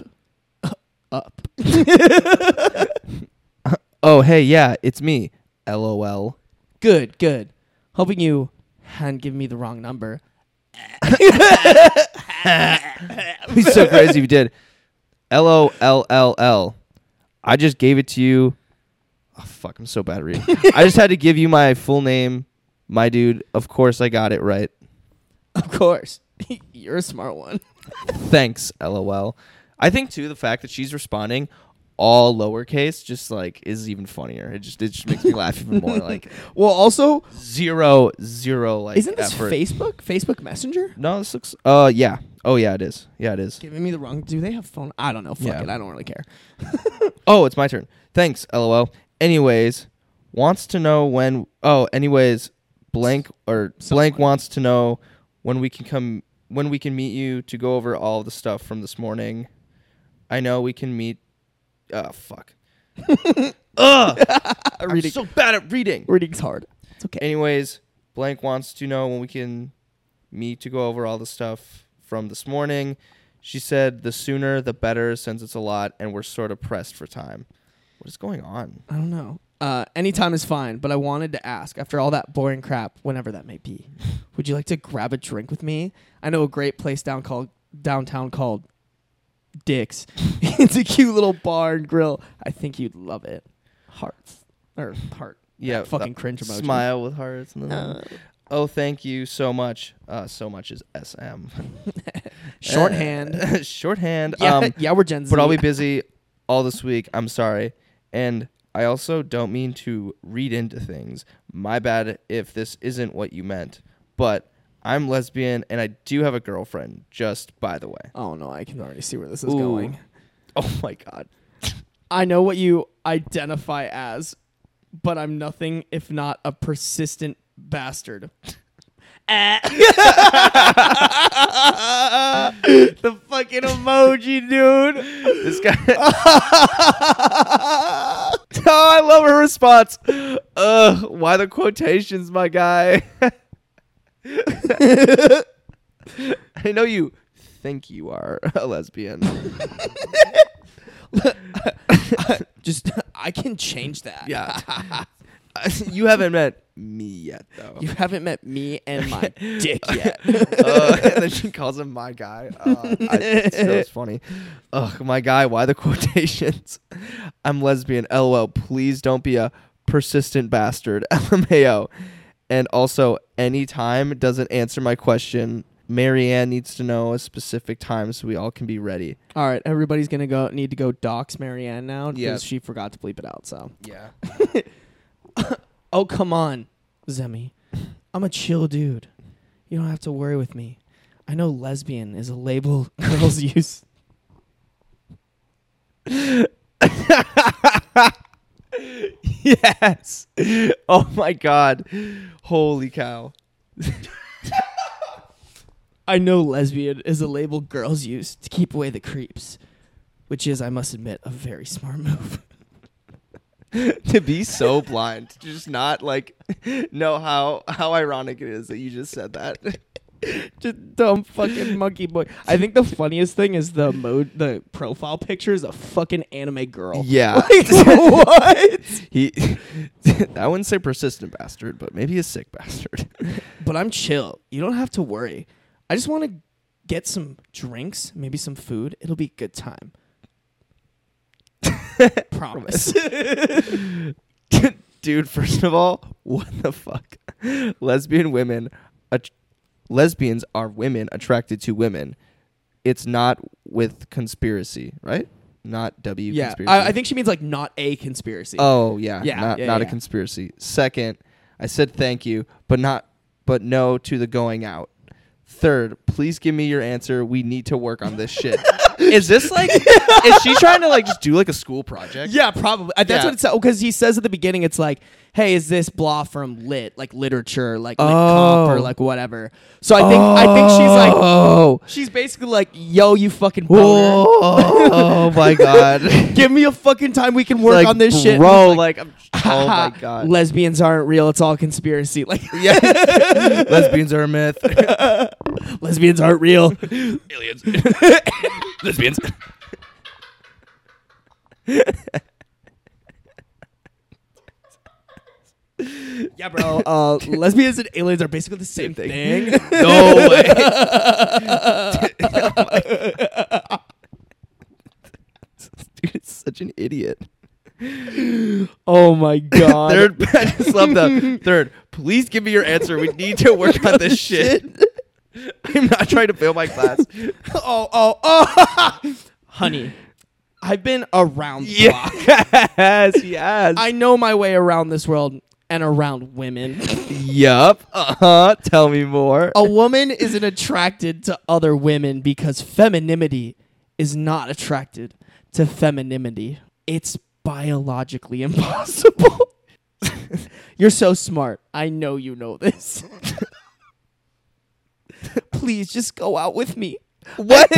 Speaker 4: [laughs] Up.
Speaker 1: Oh hey, yeah, it's me. LOL.
Speaker 4: Good, good. Hoping you hadn't given me the wrong number. [laughs]
Speaker 1: It'd be
Speaker 4: [laughs]
Speaker 1: so crazy if you did. L O L L L. I just gave it to you. Oh, fuck, I'm so bad at
Speaker 4: [laughs]
Speaker 1: reading. I just had to give you my full name, my dude. Of course, I got it right.
Speaker 4: Of course. [laughs] You're a smart one.
Speaker 1: Thanks, LOL. I think too the fact that she's responding all lowercase just like is even funnier. It just it just
Speaker 4: [laughs]
Speaker 1: makes me laugh even more. Like
Speaker 4: Well, also,
Speaker 1: zero zero like
Speaker 4: isn't this
Speaker 1: effort.
Speaker 4: Facebook? Facebook Messenger?
Speaker 1: No, this looks. Uh, yeah. Oh yeah, it is. Yeah, it is.
Speaker 4: Giving me the wrong. Do they have phone? I don't know. Fuck
Speaker 1: Yeah.
Speaker 4: it. I don't really care.
Speaker 1: Oh, it's my turn. Thanks, LOL. Anyways, wants to know when. Oh, anyways, blank or blank wants to know when we can come when we can meet you to go over all the stuff from this morning. I know we can meet. Oh fuck. Ugh, I'm
Speaker 4: Reading-
Speaker 1: so bad at reading.
Speaker 4: Reading's hard. It's okay.
Speaker 1: Anyways, blank wants to know when we can meet to go over all the stuff from this morning. She said the sooner the better since it's a lot and we're sort of pressed for time. What is going on?
Speaker 4: I don't know. Uh, anytime is fine, but I wanted to ask after all that boring crap, whenever that may
Speaker 1: [laughs]
Speaker 4: be, would you like to grab a drink with me? I know a great place down called downtown called
Speaker 1: [laughs]
Speaker 4: Dick's. it's a cute little bar and grill. I think you'd love it. Hearts or heart.
Speaker 1: Yeah,
Speaker 4: fucking cringe emoji.
Speaker 1: Smile with hearts. And then
Speaker 4: Uh,
Speaker 1: Oh, thank you so much. Uh, so much is SM. [laughs]
Speaker 4: Shorthand.
Speaker 1: Shorthand.
Speaker 4: yeah,
Speaker 1: Um,
Speaker 4: yeah, we're Gen Z.
Speaker 1: but I'll be busy all this week. I'm sorry. And I also don't mean to read into things. My bad if this isn't what you meant. But I'm lesbian and I do have a girlfriend, just by the way.
Speaker 4: Oh no, I can already see where this is
Speaker 1: Ooh.
Speaker 4: going.
Speaker 1: [laughs] Oh my god.
Speaker 4: I know what you identify as, but I'm nothing if not a persistent bastard. Eh.
Speaker 1: [laughs]
Speaker 4: the fucking emoji, dude.
Speaker 1: This guy [laughs] Oh, I love her response. Ugh, why the quotations, my guy? [laughs] I know you think you are a lesbian.
Speaker 4: Just [laughs] I can change that.
Speaker 1: Yeah. [laughs] you haven't met me yet, though.
Speaker 4: You haven't met me
Speaker 1: [laughs]
Speaker 4: and my dick yet. [laughs]
Speaker 1: uh, and then she calls him my guy. Uh, I, it's so it's funny. Ugh, my guy. Why the [laughs] quotations? I'm lesbian. LOL. Please don't be a persistent bastard. [laughs] LMAO. And also, any time doesn't answer my question. Marianne needs to know a specific time so we all can be ready.
Speaker 4: All right, everybody's gonna go need to go dox Marianne now because
Speaker 1: Yeah.
Speaker 4: she forgot to bleep it out. So
Speaker 1: Yeah.
Speaker 4: Oh, come on, Zemi. I'm a chill dude. You don't have to worry with me. I know lesbian is a label [laughs] girls use.
Speaker 1: [laughs] yes. Oh my god. Holy cow.
Speaker 4: I know lesbian is a label girls use to keep away the creeps, which is, I must admit, a very smart move. [laughs]
Speaker 1: to be so blind to just not like [laughs] know how how ironic it is that you just said that [laughs]
Speaker 4: Just dumb fucking monkey boy. I think the funniest thing is the mode, the profile picture is a fucking anime girl.
Speaker 1: yeah [laughs]
Speaker 4: [laughs] Like, Oh. what?
Speaker 1: he i wouldn't say persistent bastard but maybe a sick bastard
Speaker 4: [laughs]
Speaker 1: [laughs]
Speaker 4: but I'm chill. You don't have to worry. I just want to get some drinks, maybe some food. It'll be a good [laughs] time. Promise.
Speaker 1: dude first of all what the fuck lesbian women att- lesbians are women attracted to women it's not with conspiracy right not w
Speaker 4: yeah,
Speaker 1: conspiracy
Speaker 4: I, I think she means like not a conspiracy.
Speaker 1: Oh yeah,
Speaker 4: Yeah,
Speaker 1: not,
Speaker 4: yeah,
Speaker 1: not a
Speaker 4: yeah.
Speaker 1: conspiracy. Second, I said thank you, but not, but no to the going out. Third, please give me your answer. We need to work on this shit. [laughs] is this like? is she trying to like just do like a school project?
Speaker 4: yeah, probably. Uh, That's
Speaker 1: Yeah.
Speaker 4: what it's because he says at the beginning. It's like, hey, is this blah from lit, like literature, like lit comp or
Speaker 1: Oh.
Speaker 4: like whatever. So I think I think she's like
Speaker 1: oh,
Speaker 4: she's basically like, yo, you fucking boner.
Speaker 1: oh, oh my [laughs] god.
Speaker 4: Give me a fucking time we can work
Speaker 1: Like,
Speaker 4: on this
Speaker 1: bro,
Speaker 4: shit.
Speaker 1: like, I'm, oh my god.
Speaker 4: lesbians aren't real. It's all conspiracy. [laughs] Like
Speaker 1: [laughs] yeah. Lesbians are a [laughs] myth.
Speaker 4: lesbians aren't [laughs] real.
Speaker 1: Aliens. Lesbians.
Speaker 4: yeah, bro. Uh, lesbians and aliens are basically the same,
Speaker 1: Same
Speaker 4: thing.
Speaker 1: thing.
Speaker 4: [laughs]
Speaker 1: No [laughs] way. Dude, it's such an idiot.
Speaker 4: oh my god.
Speaker 1: Third, [laughs] I just love the third. Please give me your answer. We need to work on
Speaker 4: [laughs]
Speaker 1: this shit. I'm not trying to fail my class.
Speaker 4: [laughs] oh oh oh, [laughs] honey. I've been around the block.
Speaker 1: Yes, yes.
Speaker 4: I know my way around this world and around women. [laughs]
Speaker 1: yup. Uh huh. Tell me more.
Speaker 4: A woman isn't attracted to other women because femininity is not attracted to femininity. It's biologically [laughs] impossible. [laughs] You're so smart. I know you know this. [laughs] Please just go out with me.
Speaker 1: What? [laughs]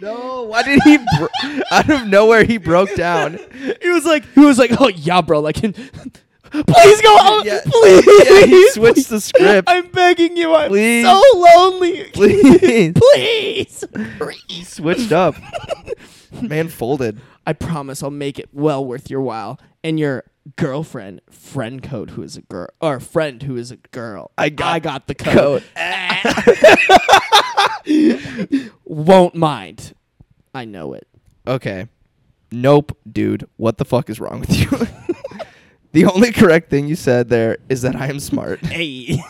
Speaker 1: no. Why did he? Bro- out of nowhere, he broke down.
Speaker 4: He was like, he was like, oh yeah, bro. Like, [laughs] please go out,
Speaker 1: Yeah.
Speaker 4: please.
Speaker 1: He switched the
Speaker 4: [laughs]
Speaker 1: script.
Speaker 4: I'm begging you. I'm
Speaker 1: Please.
Speaker 4: so lonely.
Speaker 1: Please.
Speaker 4: please. Please.
Speaker 1: Switched up. Man folded.
Speaker 4: I promise I'll make it well worth your while and your girlfriend friend code who is a girl or friend who is a girl.
Speaker 1: I got
Speaker 4: the code. [laughs] Won't mind. I know it.
Speaker 1: Okay. Nope, dude. What the fuck is wrong with you? [laughs] The only correct thing you said there is that I am smart.
Speaker 4: Hey.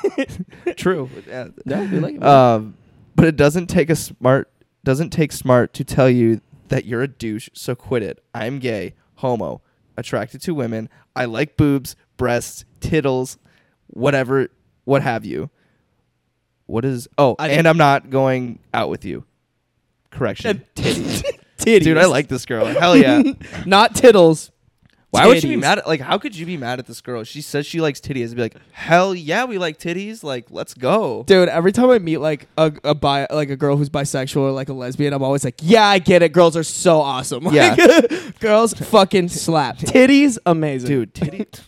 Speaker 1: True.
Speaker 5: No, we like it.
Speaker 4: Uh,
Speaker 1: Um, but it doesn't take a smart doesn't take smart to tell you that you're a douche. So quit it. I'm gay, homo, attracted to women. I like boobs, breasts, tittles, whatever, what have you. What is? Oh,
Speaker 4: I think-
Speaker 1: and I'm not going out with you. Correction.
Speaker 4: titties. [laughs] titties.
Speaker 1: Dude, I like this girl. Hell yeah.
Speaker 4: Not tittles.
Speaker 1: Why would you be
Speaker 4: Titties.
Speaker 1: mad at like how could you be mad at this girl? She says she likes titties. I'd be like, hell yeah, we like titties. Like, let's go.
Speaker 4: Dude, every time I meet like a, a bi like a girl who's bisexual or like a lesbian, I'm always like, yeah, I get it. Girls are so awesome. [laughs] Like, girls fucking slap. Titties, amazing.
Speaker 1: Dude,
Speaker 4: [laughs]
Speaker 1: titties.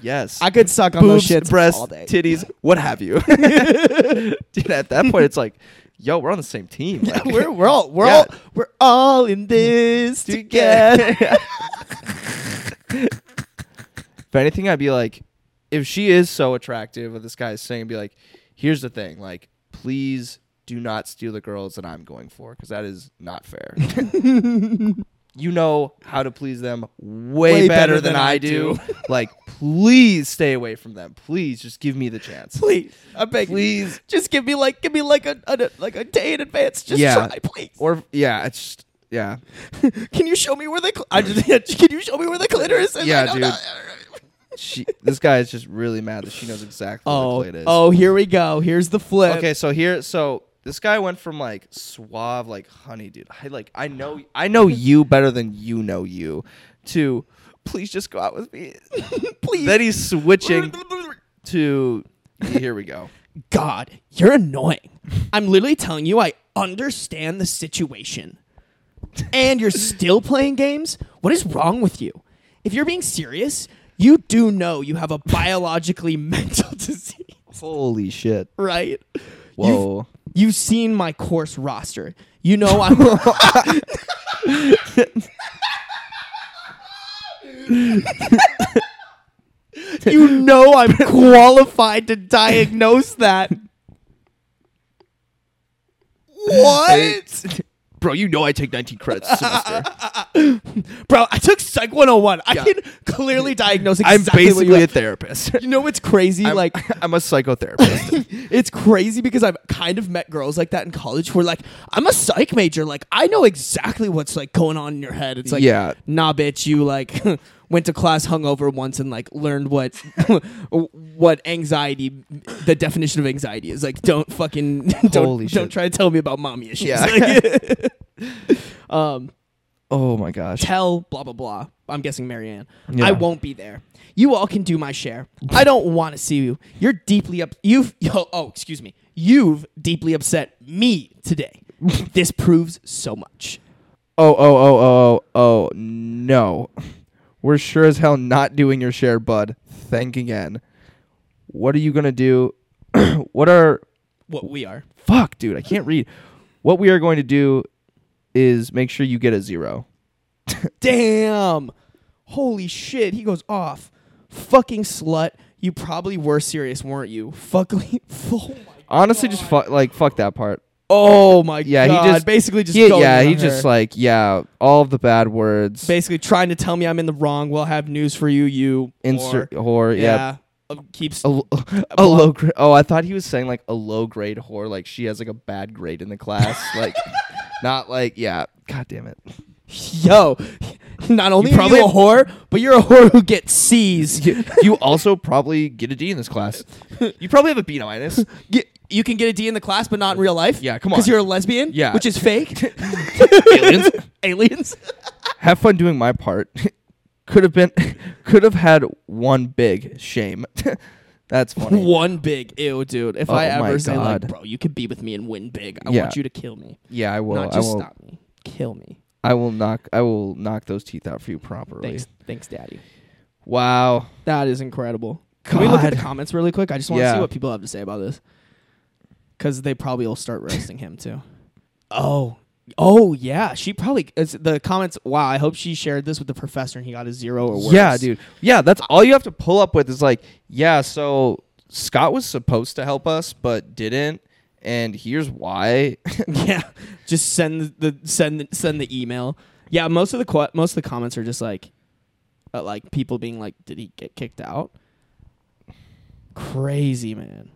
Speaker 1: yes.
Speaker 4: I could suck on
Speaker 1: boobs,
Speaker 4: those shits
Speaker 1: breasts,
Speaker 4: all day.
Speaker 1: titties, what have you. [laughs] Dude, at that point it's like, yo, we're on the same team. Like,
Speaker 4: [laughs] we're we're all we're
Speaker 1: Yeah.
Speaker 4: all we're all in
Speaker 1: [laughs]
Speaker 4: this together.
Speaker 1: together. if anything, I'd be like, if she is so attractive, what this guy is saying, be like, here's the thing, like, please do not steal the girls that I'm going for, because that is not [laughs] fair. you know how to please them way,
Speaker 4: Way
Speaker 1: better, than, I, do. [laughs] like, please stay away from them. Please just give me the chance.
Speaker 4: please, I beg. you.
Speaker 1: Please.
Speaker 4: just give me like give me like a, a like a day in advance. Just
Speaker 1: Yeah.
Speaker 4: try, please.
Speaker 1: Or yeah, it's just yeah,
Speaker 4: Can you show me where the cl- I just, [laughs] can you show me where the clitoris is?
Speaker 1: Yeah,
Speaker 4: I don't
Speaker 1: dude.
Speaker 4: know.
Speaker 1: she. this guy is just really mad that she knows exactly
Speaker 4: Oh,
Speaker 1: what it is.
Speaker 4: oh, here we go. Here's the flip.
Speaker 1: Okay, so here, so this guy went from like suave, like honey, dude. I like, I know, I know you better than you know you. To please just go out with [laughs] me.
Speaker 4: please.
Speaker 1: then he's switching to here we go.
Speaker 4: God, you're annoying. I'm literally telling you, I understand the situation. And you're still playing games? What is wrong with you? If you're being serious, you do know you have a biologically [laughs] mental disease,
Speaker 1: [laughs] Holy shit!
Speaker 4: right? You've,
Speaker 1: Whoa.
Speaker 4: you've seen my course roster. You know I'm. [laughs] you know I'm qualified to diagnose that. What?
Speaker 1: Bro, you know I take 19 credits a [laughs] semester.
Speaker 4: Bro, I took Psych 101. I
Speaker 1: Yeah.
Speaker 4: can clearly diagnose
Speaker 1: I'm
Speaker 4: exactly what you
Speaker 1: basically a
Speaker 4: have.
Speaker 1: therapist.
Speaker 4: You know what's
Speaker 1: [laughs]
Speaker 4: crazy?
Speaker 1: I'm-
Speaker 4: like,
Speaker 1: I'm a [laughs] psychotherapist.
Speaker 4: it's crazy because I've kind of met girls like that in college who are like, I'm a psych major. Like, I know exactly what's like going on in your head. It's like,
Speaker 1: Yeah.
Speaker 4: nah, bitch, you like [laughs] went to class hungover once and like learned what [laughs] what anxiety, the definition of anxiety is. Like, don't fucking [laughs] don't
Speaker 1: Holy
Speaker 4: don't
Speaker 1: shit.
Speaker 4: try to tell me about mommy issues.
Speaker 1: Yeah.
Speaker 4: Like, um,
Speaker 1: oh my gosh.
Speaker 4: tell blah blah blah. I'm guessing Marianne.
Speaker 1: Yeah.
Speaker 4: I won't be there. You all can do my share. I don't want to see you. You're deeply up. You've [laughs] oh, oh excuse me. You've deeply upset me
Speaker 1: [laughs]
Speaker 4: today. this proves so much.
Speaker 1: Oh, oh, oh, oh, oh, oh, no. We're sure as hell not doing your share, bud. Thank again. What are you going to do? [clears throat] what are.
Speaker 4: What we are.
Speaker 1: Fuck, dude, I can't read. What we are going to do is make sure you get a zero.
Speaker 4: Damn. Holy shit. He goes off. Fucking slut. You probably were serious, weren't you? Fucking. [laughs] Oh my.
Speaker 1: Honestly, just fuck, like, fuck that part.
Speaker 4: Oh my
Speaker 1: Yeah,
Speaker 4: god.
Speaker 1: he just.
Speaker 4: basically just.
Speaker 1: he-
Speaker 4: going
Speaker 1: Yeah,
Speaker 4: on
Speaker 1: he
Speaker 4: her.
Speaker 1: just, like, yeah, all of the bad words.
Speaker 4: basically trying to tell me I'm in the wrong. Well, I have news for you. You
Speaker 1: Insert
Speaker 4: whore.
Speaker 1: whore, yeah. Oh.
Speaker 4: Yeah. Uh, keeps
Speaker 1: A, l- [laughs] a low grade. Oh, I thought he was saying like a low grade whore. Like she has like a bad grade in the class. [laughs] like, not like yeah. God damn it.
Speaker 4: [laughs] yo. [laughs] Not only
Speaker 1: You
Speaker 4: are
Speaker 1: probably-
Speaker 4: you a whore, but you're a whore who gets C's.
Speaker 1: [laughs] you, you also probably get a D in this class. You probably have a B minus.
Speaker 4: You, you can get a D in the class, but not in real life.
Speaker 1: Yeah, come
Speaker 4: Because
Speaker 1: on.
Speaker 4: you're a lesbian.
Speaker 1: Yeah.
Speaker 4: which
Speaker 1: [laughs]
Speaker 4: is fake.
Speaker 1: Aliens.
Speaker 4: Aliens.
Speaker 1: [laughs] Have fun doing my part. [laughs] could have been, [laughs] could have had one big shame. [laughs] That's funny.
Speaker 4: [laughs] One big ew, dude. If I
Speaker 1: Oh my
Speaker 4: ever say like,
Speaker 1: God.
Speaker 4: bro, you could be with me and win big. I
Speaker 1: Yeah.
Speaker 4: want you to kill me,
Speaker 1: Yeah, I will.
Speaker 4: not
Speaker 1: I
Speaker 4: just
Speaker 1: will.
Speaker 4: stop me. Kill me.
Speaker 1: I will knock. I will knock those teeth out for you properly.
Speaker 4: Thanks, thanks, daddy.
Speaker 1: Wow.
Speaker 4: That is incredible. Can we look at the
Speaker 1: God.
Speaker 4: comments really quick? I just want to
Speaker 1: Yeah.
Speaker 4: see what people have to say about this. Because they probably will start roasting him too. Oh. Oh, yeah. She probably, it's the comments, wow, I hope she shared this with the professor and he got a zero or worse.
Speaker 1: Yeah, dude. Yeah, that's all you have to pull up with is like, yeah, so Scott was supposed to help us but didn't, and here's why.
Speaker 4: [laughs]
Speaker 1: [laughs]
Speaker 4: yeah. Just send the send send the email. Yeah, most of the qu- most of the comments are just like uh, like people being like, "Did he get kicked out?" Crazy man,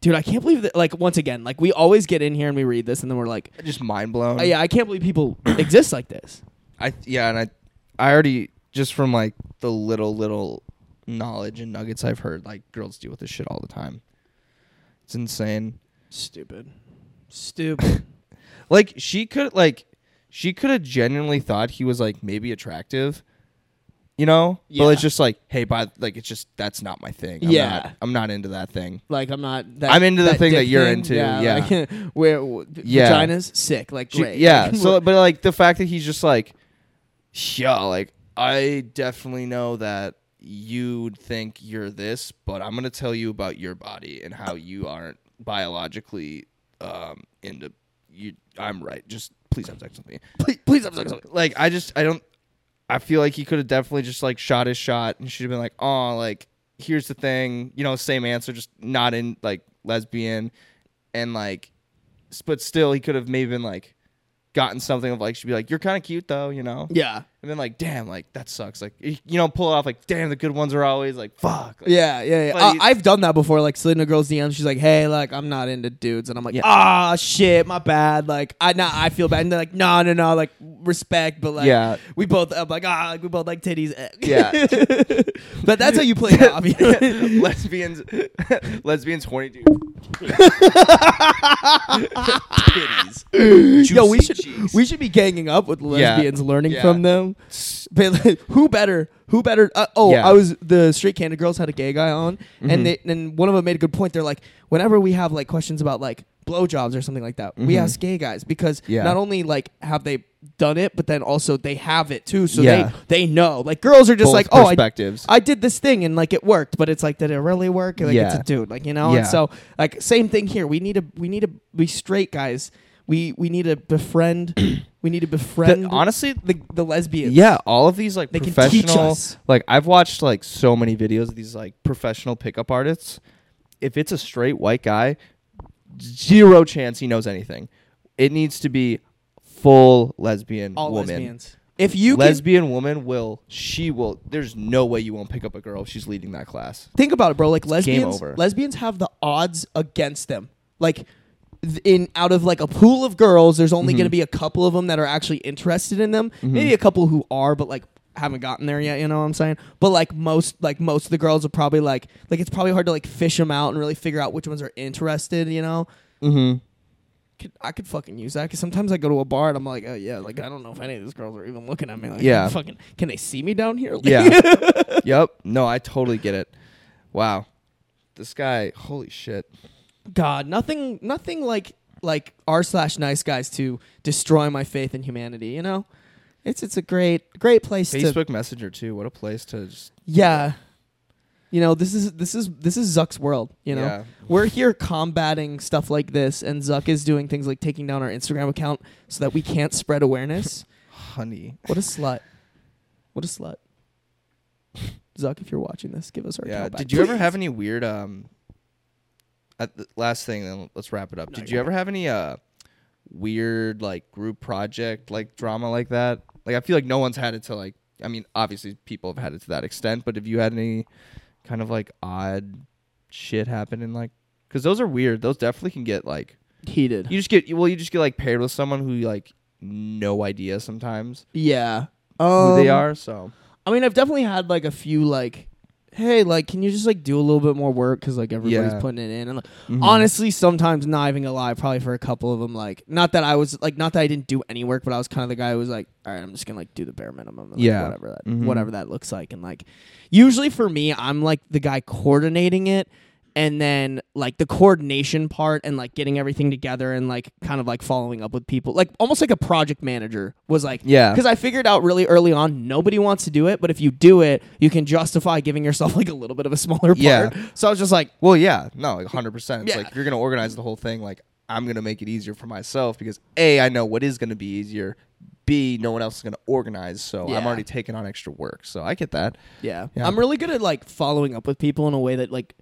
Speaker 4: dude! I can't believe that. Like once again, like we always get in here and we read this, and then we're like,
Speaker 1: Just mind blown.
Speaker 4: oh, "Yeah, I can't
Speaker 1: [coughs]
Speaker 4: believe people exist like this."
Speaker 1: I yeah, and I I already just from like the little little knowledge and nuggets I've heard, like girls deal with this shit all the time. It's insane.
Speaker 4: Stupid, stupid.
Speaker 1: Like she could like she could have genuinely thought he was like maybe attractive. You know?
Speaker 4: Yeah.
Speaker 1: But it's just like, hey, by like it's just that's not my thing. I'm
Speaker 4: Yeah.
Speaker 1: Not, I'm not into that thing.
Speaker 4: like I'm not. That,
Speaker 1: I'm into the
Speaker 4: that
Speaker 1: thing that
Speaker 4: dick
Speaker 1: you're
Speaker 4: thing.
Speaker 1: into,
Speaker 4: Yeah,
Speaker 1: yeah.
Speaker 4: Like, [laughs] where w-
Speaker 1: Yeah.
Speaker 4: vaginas sick, like
Speaker 1: She-
Speaker 4: great. [laughs]
Speaker 1: yeah.
Speaker 4: Like,
Speaker 1: so but like the fact that he's just like yeah, like I definitely know that you think you're this, but I'm gonna tell you about your body and how you aren't biologically um into you I'm right. Just please have sex with me.
Speaker 4: please, please, I'm so
Speaker 1: Like I just I don't I feel like he could have definitely just like shot his shot and should have been like, oh like here's the thing, you know, same answer, just not in like lesbian and like s- but still he could have maybe been like gotten something of like she'd be like, You're kinda cute though, you know?
Speaker 4: Yeah,
Speaker 1: and then like damn like that sucks like y- you know pull it off like damn the good ones are always like fuck Like,
Speaker 4: Yeah, yeah, yeah.
Speaker 1: But
Speaker 4: I-
Speaker 1: you-
Speaker 4: I've done that before. Like, slid in a girl's DM. She's like, "Hey, like, I'm not into dudes," and I'm like,
Speaker 1: Yeah.
Speaker 4: "Ah, shit, my bad." Like, I now I feel bad, and they're like, "No, no, no, like, respect," but like,
Speaker 1: Yeah.
Speaker 4: we both. I'm like, ah, like, we both like titties.
Speaker 1: Yeah.
Speaker 4: [laughs] but that's how you play it off. you [laughs]
Speaker 1: [laughs]
Speaker 4: know?
Speaker 1: lesbians lesbians horny
Speaker 4: [laughs]
Speaker 1: dude [laughs] titties
Speaker 4: Yo, we
Speaker 1: Juicy
Speaker 4: should
Speaker 1: cheeks.
Speaker 4: we should be ganging up with lesbians, learning
Speaker 1: Yeah.
Speaker 4: from them. But like, who better? Who better? Uh, oh,
Speaker 1: Yeah. Mm-hmm.
Speaker 4: I was the straight Canada girls had a gay guy on, and they and one of them made a good point. They're like, whenever we have like questions about like blowjobs or something like that, we ask gay guys because
Speaker 1: Mm-hmm. Yeah.
Speaker 4: not only like have they done it, but then also they have it too, so
Speaker 1: Yeah.
Speaker 4: they they know. Like girls are just
Speaker 1: Both
Speaker 4: like, oh, I,
Speaker 1: perspectives
Speaker 4: I did this thing and like it worked, but it's like, did it really work? Like it's
Speaker 1: Yeah.
Speaker 4: a dude, like you know. And
Speaker 1: Yeah.
Speaker 4: so like same thing here. We need to we need to be straight guys. We we need to befriend. we need to
Speaker 1: That-
Speaker 4: befriend
Speaker 1: honestly
Speaker 4: the the lesbians.
Speaker 1: yeah all of these like
Speaker 4: They can teach
Speaker 1: professional
Speaker 4: us.
Speaker 1: like i've watched like so many videos of these like professional pickup artists if it's a straight white guy zero chance he knows anything it needs to be full lesbian
Speaker 4: all
Speaker 1: woman
Speaker 4: lesbians. If you can
Speaker 1: lesbian woman will she will there's no way you won't pick up a girl if she's leading that
Speaker 4: [laughs]
Speaker 1: class
Speaker 4: think about it, bro, like
Speaker 1: game
Speaker 4: lesbians,
Speaker 1: over.
Speaker 4: lesbians have the odds against them. Like th- in out of like a pool of girls, there's only
Speaker 1: Mm-hmm.
Speaker 4: going to be a couple of them that are actually interested in them. Maybe a couple who are, but like haven't gotten there yet. You know what I'm saying? But like most, like most of the girls are probably like, like it's probably hard to like fish them out and really figure out which ones are interested. You know.
Speaker 1: mm-hmm
Speaker 4: Could, I could fucking use that because sometimes I go to a bar and I'm like, oh yeah, like I don't know if any of these girls are even looking at me. Like,
Speaker 1: Yeah.
Speaker 4: [laughs] fucking, can they see me down here?
Speaker 1: yeah yep no i totally get it wow this guy holy shit
Speaker 4: God, nothing, nothing like like r slash nice guys to destroy my faith in humanity. You know, it's it's a great great place to
Speaker 1: facebook messenger too what a place to just
Speaker 4: yeah. You know, this is this is this is Zuck's world. You know,
Speaker 1: Yeah.
Speaker 4: we're here combating stuff like this, and Zuck is doing things like taking down our Instagram account so that we can't spread
Speaker 1: [laughs]
Speaker 4: awareness.
Speaker 1: honey
Speaker 4: what a slut! What a slut! Zuck, if you're watching this, give us our
Speaker 1: yeah
Speaker 4: tailback,
Speaker 1: did you ever
Speaker 4: please. [laughs]
Speaker 1: have any weird um at the last thing then let's wrap it up did you ever have any uh weird like group project like drama like that like i feel like no one's had it to like i mean obviously people have had it to that extent but have you had any kind of like odd shit happen in like because those are weird those definitely can get like
Speaker 4: heated?
Speaker 1: you just get well you just get like paired with someone who you, like no idea sometimes
Speaker 4: yeah,
Speaker 1: who they
Speaker 4: Um,
Speaker 1: are so
Speaker 4: I mean, I've definitely had like a few like, hey, like, can you just like do a little bit more work because like everybody's
Speaker 1: Yeah.
Speaker 4: putting it in. And like,
Speaker 1: Mm-hmm.
Speaker 4: honestly, sometimes not even gonna lie, probably for a couple of them, like, not that I was like, not that I didn't do any work, but I was kind of the guy who was like, all right, I'm just gonna like do the bare minimum, and, like,
Speaker 1: Yeah.
Speaker 4: whatever that
Speaker 1: Mhm.
Speaker 4: whatever that looks like. And like, usually for me, I'm like the guy coordinating it. And then like the coordination part and like getting everything together and like kind of like following up with people, like almost like a project manager was like,
Speaker 1: Yeah.
Speaker 4: because I figured out really early on, nobody wants to do it, but if you do it, you can justify giving yourself [laughs] like a little bit of a smaller part.
Speaker 1: Yeah.
Speaker 4: So I was just like,
Speaker 1: Well, yeah, no, like 100%. It's
Speaker 4: Yeah.
Speaker 1: like you're going to organize the whole thing. Like, I'm going to make it easier for myself because A, I know what is going to be easier. B, no one else is going to organize. So I'm
Speaker 4: Yeah.
Speaker 1: already taking on extra work. So I get that.
Speaker 4: yeah.
Speaker 1: Yeah.
Speaker 4: I'm really good at like following up with people in a way that like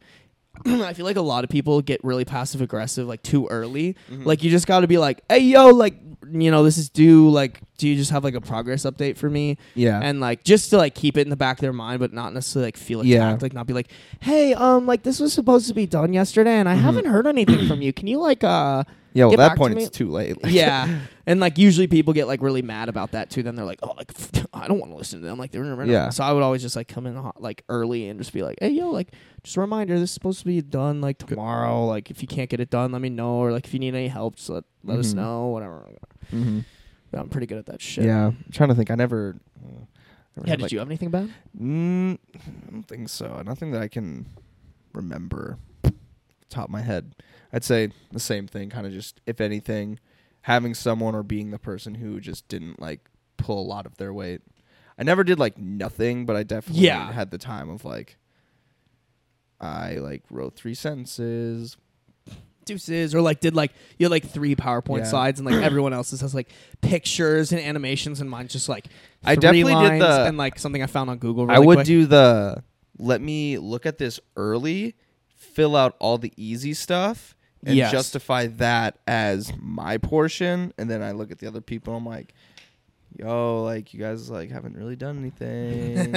Speaker 4: [clears throat] I
Speaker 1: Mm-hmm.
Speaker 4: feel like a lot of people get really passive aggressive like too early. Like you just got to be like, "Hey yo, like you know, this is due. Like, do you just have like a progress update for me?
Speaker 1: Yeah.
Speaker 4: And like, just to like keep it in the back of their mind, but not necessarily like feel
Speaker 1: Yeah.
Speaker 4: attacked. Like, not be like, hey, um, like this was supposed to be done yesterday, and I haven't heard anything from you. Can you like, uh,
Speaker 1: Mm-hmm. Yeah, well,
Speaker 4: get
Speaker 1: at
Speaker 4: back
Speaker 1: that
Speaker 4: to
Speaker 1: point
Speaker 4: me?"
Speaker 1: it's too [laughs] late. Like,
Speaker 4: yeah. [laughs] And like usually people get like really mad about that too. Then they're like, oh, like [laughs] I don't want to listen to them. Like they're
Speaker 1: Yeah.
Speaker 4: So I would always just like come in hot, like early and just be like, hey yo, like just a reminder, this is supposed to be done like tomorrow. Like if you can't get it done, let me know. Or like if you need any help, just let, let us
Speaker 1: Mhm.
Speaker 4: know. Whatever.
Speaker 1: mhm.
Speaker 4: But I'm pretty good at that shit.
Speaker 1: yeah. I'm trying to think. I never. uh, never
Speaker 4: Yeah.
Speaker 1: had,
Speaker 4: Did
Speaker 1: like-
Speaker 4: you have anything bad?
Speaker 1: Mm, I don't think so. Nothing that I can remember top of my head. I'd say the same thing, kind of just if anything, having someone or being the person who just didn't like pull a lot of their weight. I never did like nothing, but I definitely
Speaker 4: Yeah.
Speaker 1: had the time of like I like wrote three sentences.
Speaker 4: Deuces or like did like you had like three PowerPoint
Speaker 1: Yeah. [clears throat]
Speaker 4: slides and like everyone else's has like pictures and animations and mine's just like
Speaker 1: I
Speaker 4: three
Speaker 1: definitely did
Speaker 4: lines
Speaker 1: the-
Speaker 4: and like something I found on Google.
Speaker 1: I
Speaker 4: really
Speaker 1: would
Speaker 4: quick.
Speaker 1: do the let me look at this early, fill out all the easy stuff, and
Speaker 4: Yes.
Speaker 1: justify that as my portion. And then I look at the other people, I'm like, yo, like you guys like haven't really done
Speaker 4: [laughs]
Speaker 1: anything.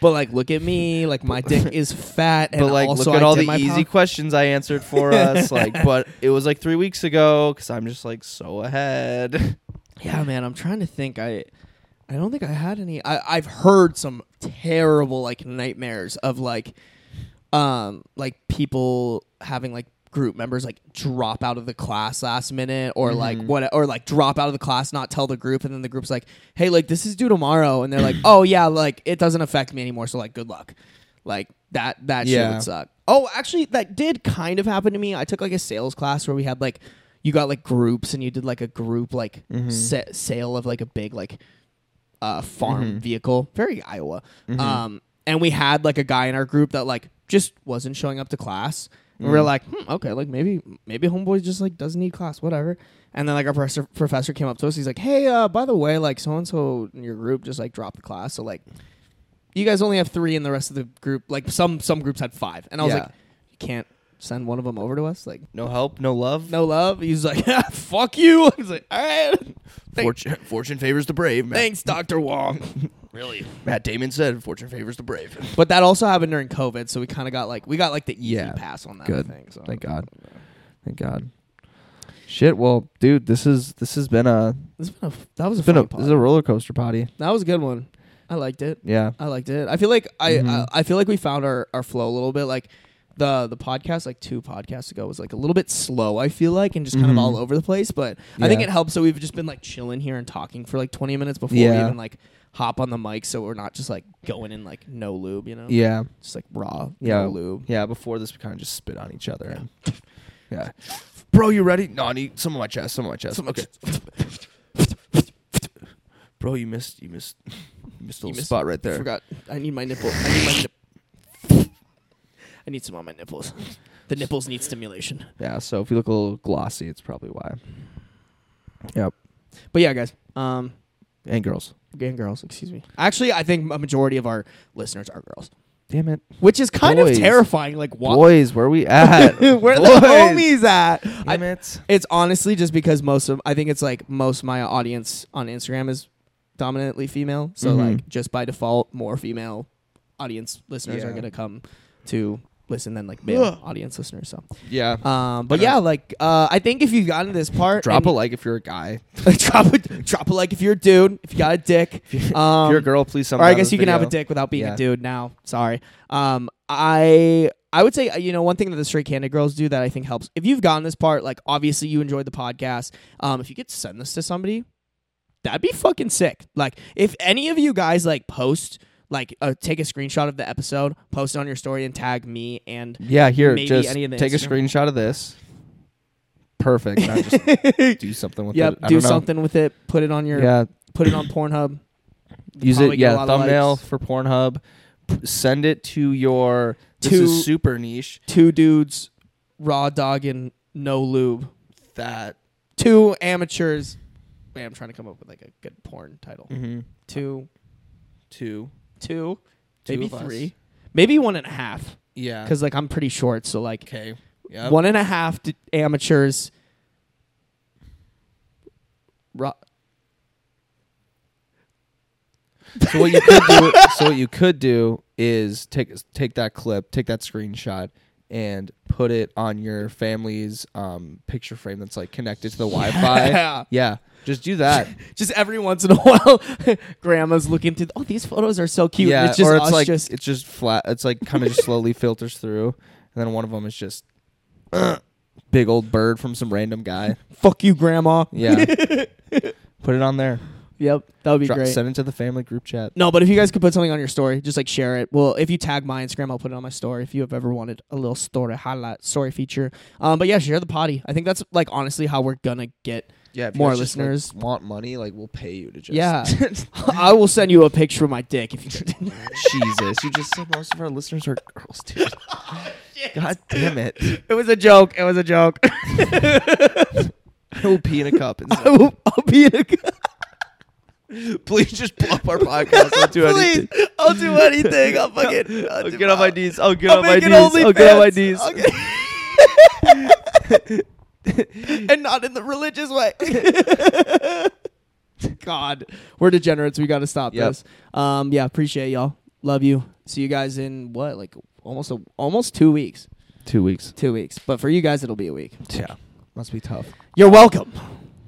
Speaker 4: But like, look at me. Like my
Speaker 1: [laughs]
Speaker 4: dick is fat, and
Speaker 1: but like
Speaker 4: also
Speaker 1: look at
Speaker 4: I
Speaker 1: all
Speaker 4: did
Speaker 1: the
Speaker 4: my
Speaker 1: easy
Speaker 4: pow-
Speaker 1: questions I answered
Speaker 4: [laughs]
Speaker 1: for us. Like, but it was like three weeks ago because I'm just like so ahead. [laughs]
Speaker 4: yeah, man. I'm trying to think. I, I don't think I had any. I, I've heard some terrible like nightmares of like, um, like people having like group members like drop out of the class last minute or like what or like drop out of the class not tell the group and then the group's like hey like this is due tomorrow and they're like oh yeah like it doesn't affect me anymore so like good luck like that that shit
Speaker 1: Yeah.
Speaker 4: would suck oh actually that did kind of happen to me i took like a sales class where we had like you got like groups and you did like a group like sa- sale of like a big like uh, farm vehicle, very Iowa. Um, and we had like a guy in our group that like just wasn't showing up to class. And we were like, hmm, okay, like maybe maybe homeboy just like doesn't need class, whatever. And then like our professor, professor came up to us. He's like, hey, uh, by the way, like so and so in your group just like dropped the class, so like you guys only have three, and the rest of the group like some some groups had five. And I was
Speaker 1: Yeah.
Speaker 4: like, you can't send one of them over to us, like
Speaker 1: No help, no love.
Speaker 4: no love. He's like, [laughs] fuck you. [laughs] He's like, all right, Thank-
Speaker 1: Fortune, fortune favors the brave. Matt,
Speaker 4: thanks, Doctor Wong.
Speaker 1: Matt Damon said, "Fortune favors the brave."
Speaker 4: But that also happened during COVID, so we kind of got like we got like the easy
Speaker 1: Yeah.
Speaker 4: pass on that
Speaker 1: Good.
Speaker 4: thing. So
Speaker 1: Thank God. Thank God. Shit. Well, dude, this is this has been a
Speaker 4: This has been a- that was a
Speaker 1: it's been a
Speaker 4: fun pod.
Speaker 1: this is a roller coaster potty.
Speaker 4: that was a good one. I liked it.
Speaker 1: Yeah. Mm-hmm.
Speaker 4: I liked it. I feel like I I, I feel like we found our our flow a little bit like. The, the podcast like two podcasts ago was like a little bit slow I feel like and just kind
Speaker 1: Mhm.
Speaker 4: of all over the place but I think
Speaker 1: Yeah.
Speaker 4: it helps so we've just been like chilling here and talking for like 20 minutes before we
Speaker 1: Yeah.
Speaker 4: even like hop on the mic so we're not just like going in like no lube you know
Speaker 1: Yeah.
Speaker 4: just like raw
Speaker 1: Yeah.
Speaker 4: no lube
Speaker 1: Yeah. Before this, we kind of just spit on each other.
Speaker 4: [laughs]
Speaker 1: And, yeah. Bro, you ready? No, I need some of my chest. Some of my chest. okay. Bro, you missed. You missed. [laughs] You missed a
Speaker 4: You
Speaker 1: little
Speaker 4: missed-
Speaker 1: spot right there.
Speaker 4: Forgot. I need my nipple. I need my nip- [laughs] I need some on my nipples. The nipples need stimulation.
Speaker 1: Yeah. So if you look a little glossy, it's probably why. Yep.
Speaker 4: But yeah, guys. Um,
Speaker 1: And girls.
Speaker 4: gay and girls. Excuse me. Actually, I think a majority of our listeners are girls,
Speaker 1: Damn it.
Speaker 4: which is kind
Speaker 1: Boys.
Speaker 4: of terrifying. Like, what?
Speaker 1: Boys, where we at?
Speaker 4: [laughs] Where
Speaker 1: Boys.
Speaker 4: the homies at? I-
Speaker 1: Damn it.
Speaker 4: it's honestly just because most of I think it's like most of my audience on Instagram is dominantly female, so
Speaker 1: Mhm.
Speaker 4: like just by default, more female audience listeners are
Speaker 1: Yeah.
Speaker 4: gonna come to listen than like male audience listeners. So.
Speaker 1: Yeah.
Speaker 4: Um, but
Speaker 1: I know.
Speaker 4: yeah, like uh, I think if you've gotten to this part,
Speaker 1: Drop a
Speaker 4: and-
Speaker 1: like if you're a guy. [laughs]
Speaker 4: [laughs] drop a drop a like if you're a dude, if you got a dick, um,
Speaker 1: if you're a girl, please.
Speaker 4: or I guess you can have a dick without being
Speaker 1: Yeah.
Speaker 4: a dude. Now, sorry. Um, I I would say uh, you know one thing that the straight candid girls do that I think helps. If you've gotten this part, like obviously you enjoyed the podcast. Um, if you could send this to somebody, that'd be fucking sick. Like if any of you guys like post. Like, uh, take a screenshot of the episode, post it on your story, and tag me and
Speaker 1: Yeah, here,
Speaker 4: Maybe
Speaker 1: just
Speaker 4: any of the
Speaker 1: take a
Speaker 4: Instagram.
Speaker 1: screenshot of this. Perfect. Now just
Speaker 4: [laughs]
Speaker 1: do something with it.
Speaker 4: Yep,
Speaker 1: I
Speaker 4: do
Speaker 1: don't know.
Speaker 4: something with it. Put it on your
Speaker 1: Yeah,
Speaker 4: put it on Pornhub.
Speaker 1: use
Speaker 4: probably
Speaker 1: it.
Speaker 4: get a lot
Speaker 1: Yeah,
Speaker 4: of
Speaker 1: thumbnail
Speaker 4: likes.
Speaker 1: for Pornhub. P- Send it to your. This
Speaker 4: To-
Speaker 1: is super niche.
Speaker 4: Two dudes, raw dog and no lube.
Speaker 1: That.
Speaker 4: Two amateurs. Wait, I'm trying to come up with like a good porn title.
Speaker 1: Mm-hmm.
Speaker 4: Two,
Speaker 1: Two.
Speaker 4: two,
Speaker 1: Two
Speaker 4: maybe
Speaker 1: of us.
Speaker 4: three, maybe one and a half.
Speaker 1: Yeah.
Speaker 4: Because like I'm pretty short, so like
Speaker 1: okay. Yep.
Speaker 4: one and a half d- amateurs.
Speaker 1: So what you could do, [laughs] so what you could do is take take that clip, take that screenshot, and put it on your family's um, picture frame that's like connected to the
Speaker 4: [laughs] Yeah.
Speaker 1: Wi-Fi. Yeah, just do that.
Speaker 4: Just every once in a [laughs] while, grandma's looking through. Oh, these photos are so cute.
Speaker 1: yeah,
Speaker 4: and it's just
Speaker 1: or it's
Speaker 4: us
Speaker 1: like
Speaker 4: just
Speaker 1: it's just flat. It's like kind of just
Speaker 4: [laughs]
Speaker 1: slowly filters through, and then one of them is just [clears throat] big old bird from some random guy.
Speaker 4: fuck you, grandma. [laughs]
Speaker 1: Yeah, put it on there.
Speaker 4: Yep, that would be
Speaker 1: Dro-
Speaker 4: great.
Speaker 1: Send it to the family group chat.
Speaker 4: No, but if you guys could put something on your story, just like share it. Well, if you tag my Instagram, I'll put it on my story. If you have ever wanted a little story highlight, story feature, um, but yeah, share the potty. I think that's like honestly how we're gonna get.
Speaker 1: Yeah, if you
Speaker 4: More
Speaker 1: guys just, like,
Speaker 4: listeners.
Speaker 1: [laughs]
Speaker 4: [laughs]
Speaker 1: want money? Like we'll pay you to just [laughs]
Speaker 4: Yeah, [laughs] I will send you a picture of my dick if you.
Speaker 1: Jesus, you just said most of our listeners are girls,
Speaker 4: [laughs]
Speaker 1: dude.
Speaker 4: Oh,
Speaker 1: God damn it.
Speaker 4: it was a joke. It was a joke.
Speaker 1: I will pee in a cup. And
Speaker 4: [laughs] I will, I'll be in a.
Speaker 1: [laughs] please just blow up our podcast. I'll do anything.
Speaker 4: I'll do
Speaker 1: [laughs]
Speaker 4: anything. I'll fucking.
Speaker 1: I'll get on my knees. I'll get
Speaker 4: I'll
Speaker 1: on my
Speaker 4: make an
Speaker 1: knees. I'll get on my
Speaker 4: OnlyFans.
Speaker 1: knees.
Speaker 4: I'll and not in the religious way. [laughs] God, we're degenerates. We got to stop
Speaker 1: Yep.
Speaker 4: this. Um, yeah, appreciate y'all. Love you. See you guys in what, like almost a, almost two weeks.
Speaker 1: Two weeks.
Speaker 4: Two weeks, but for you guys, it'll be a week.
Speaker 1: Yeah. Must be tough.
Speaker 4: You're welcome.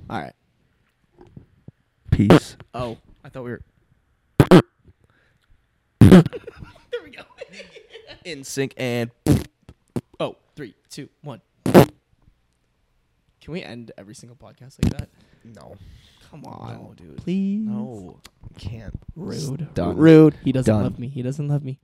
Speaker 4: All right.
Speaker 1: Peace.
Speaker 4: Oh, I thought we were. there we go.
Speaker 1: In sync and
Speaker 4: oh, three, two, one. Can we end every single podcast like that?
Speaker 1: no.
Speaker 4: Come on,
Speaker 1: No, dude.
Speaker 4: please.
Speaker 1: No. Can't.
Speaker 4: Rude.
Speaker 1: Done.
Speaker 4: Rude. He doesn't
Speaker 1: Done.
Speaker 4: love me. He doesn't love me.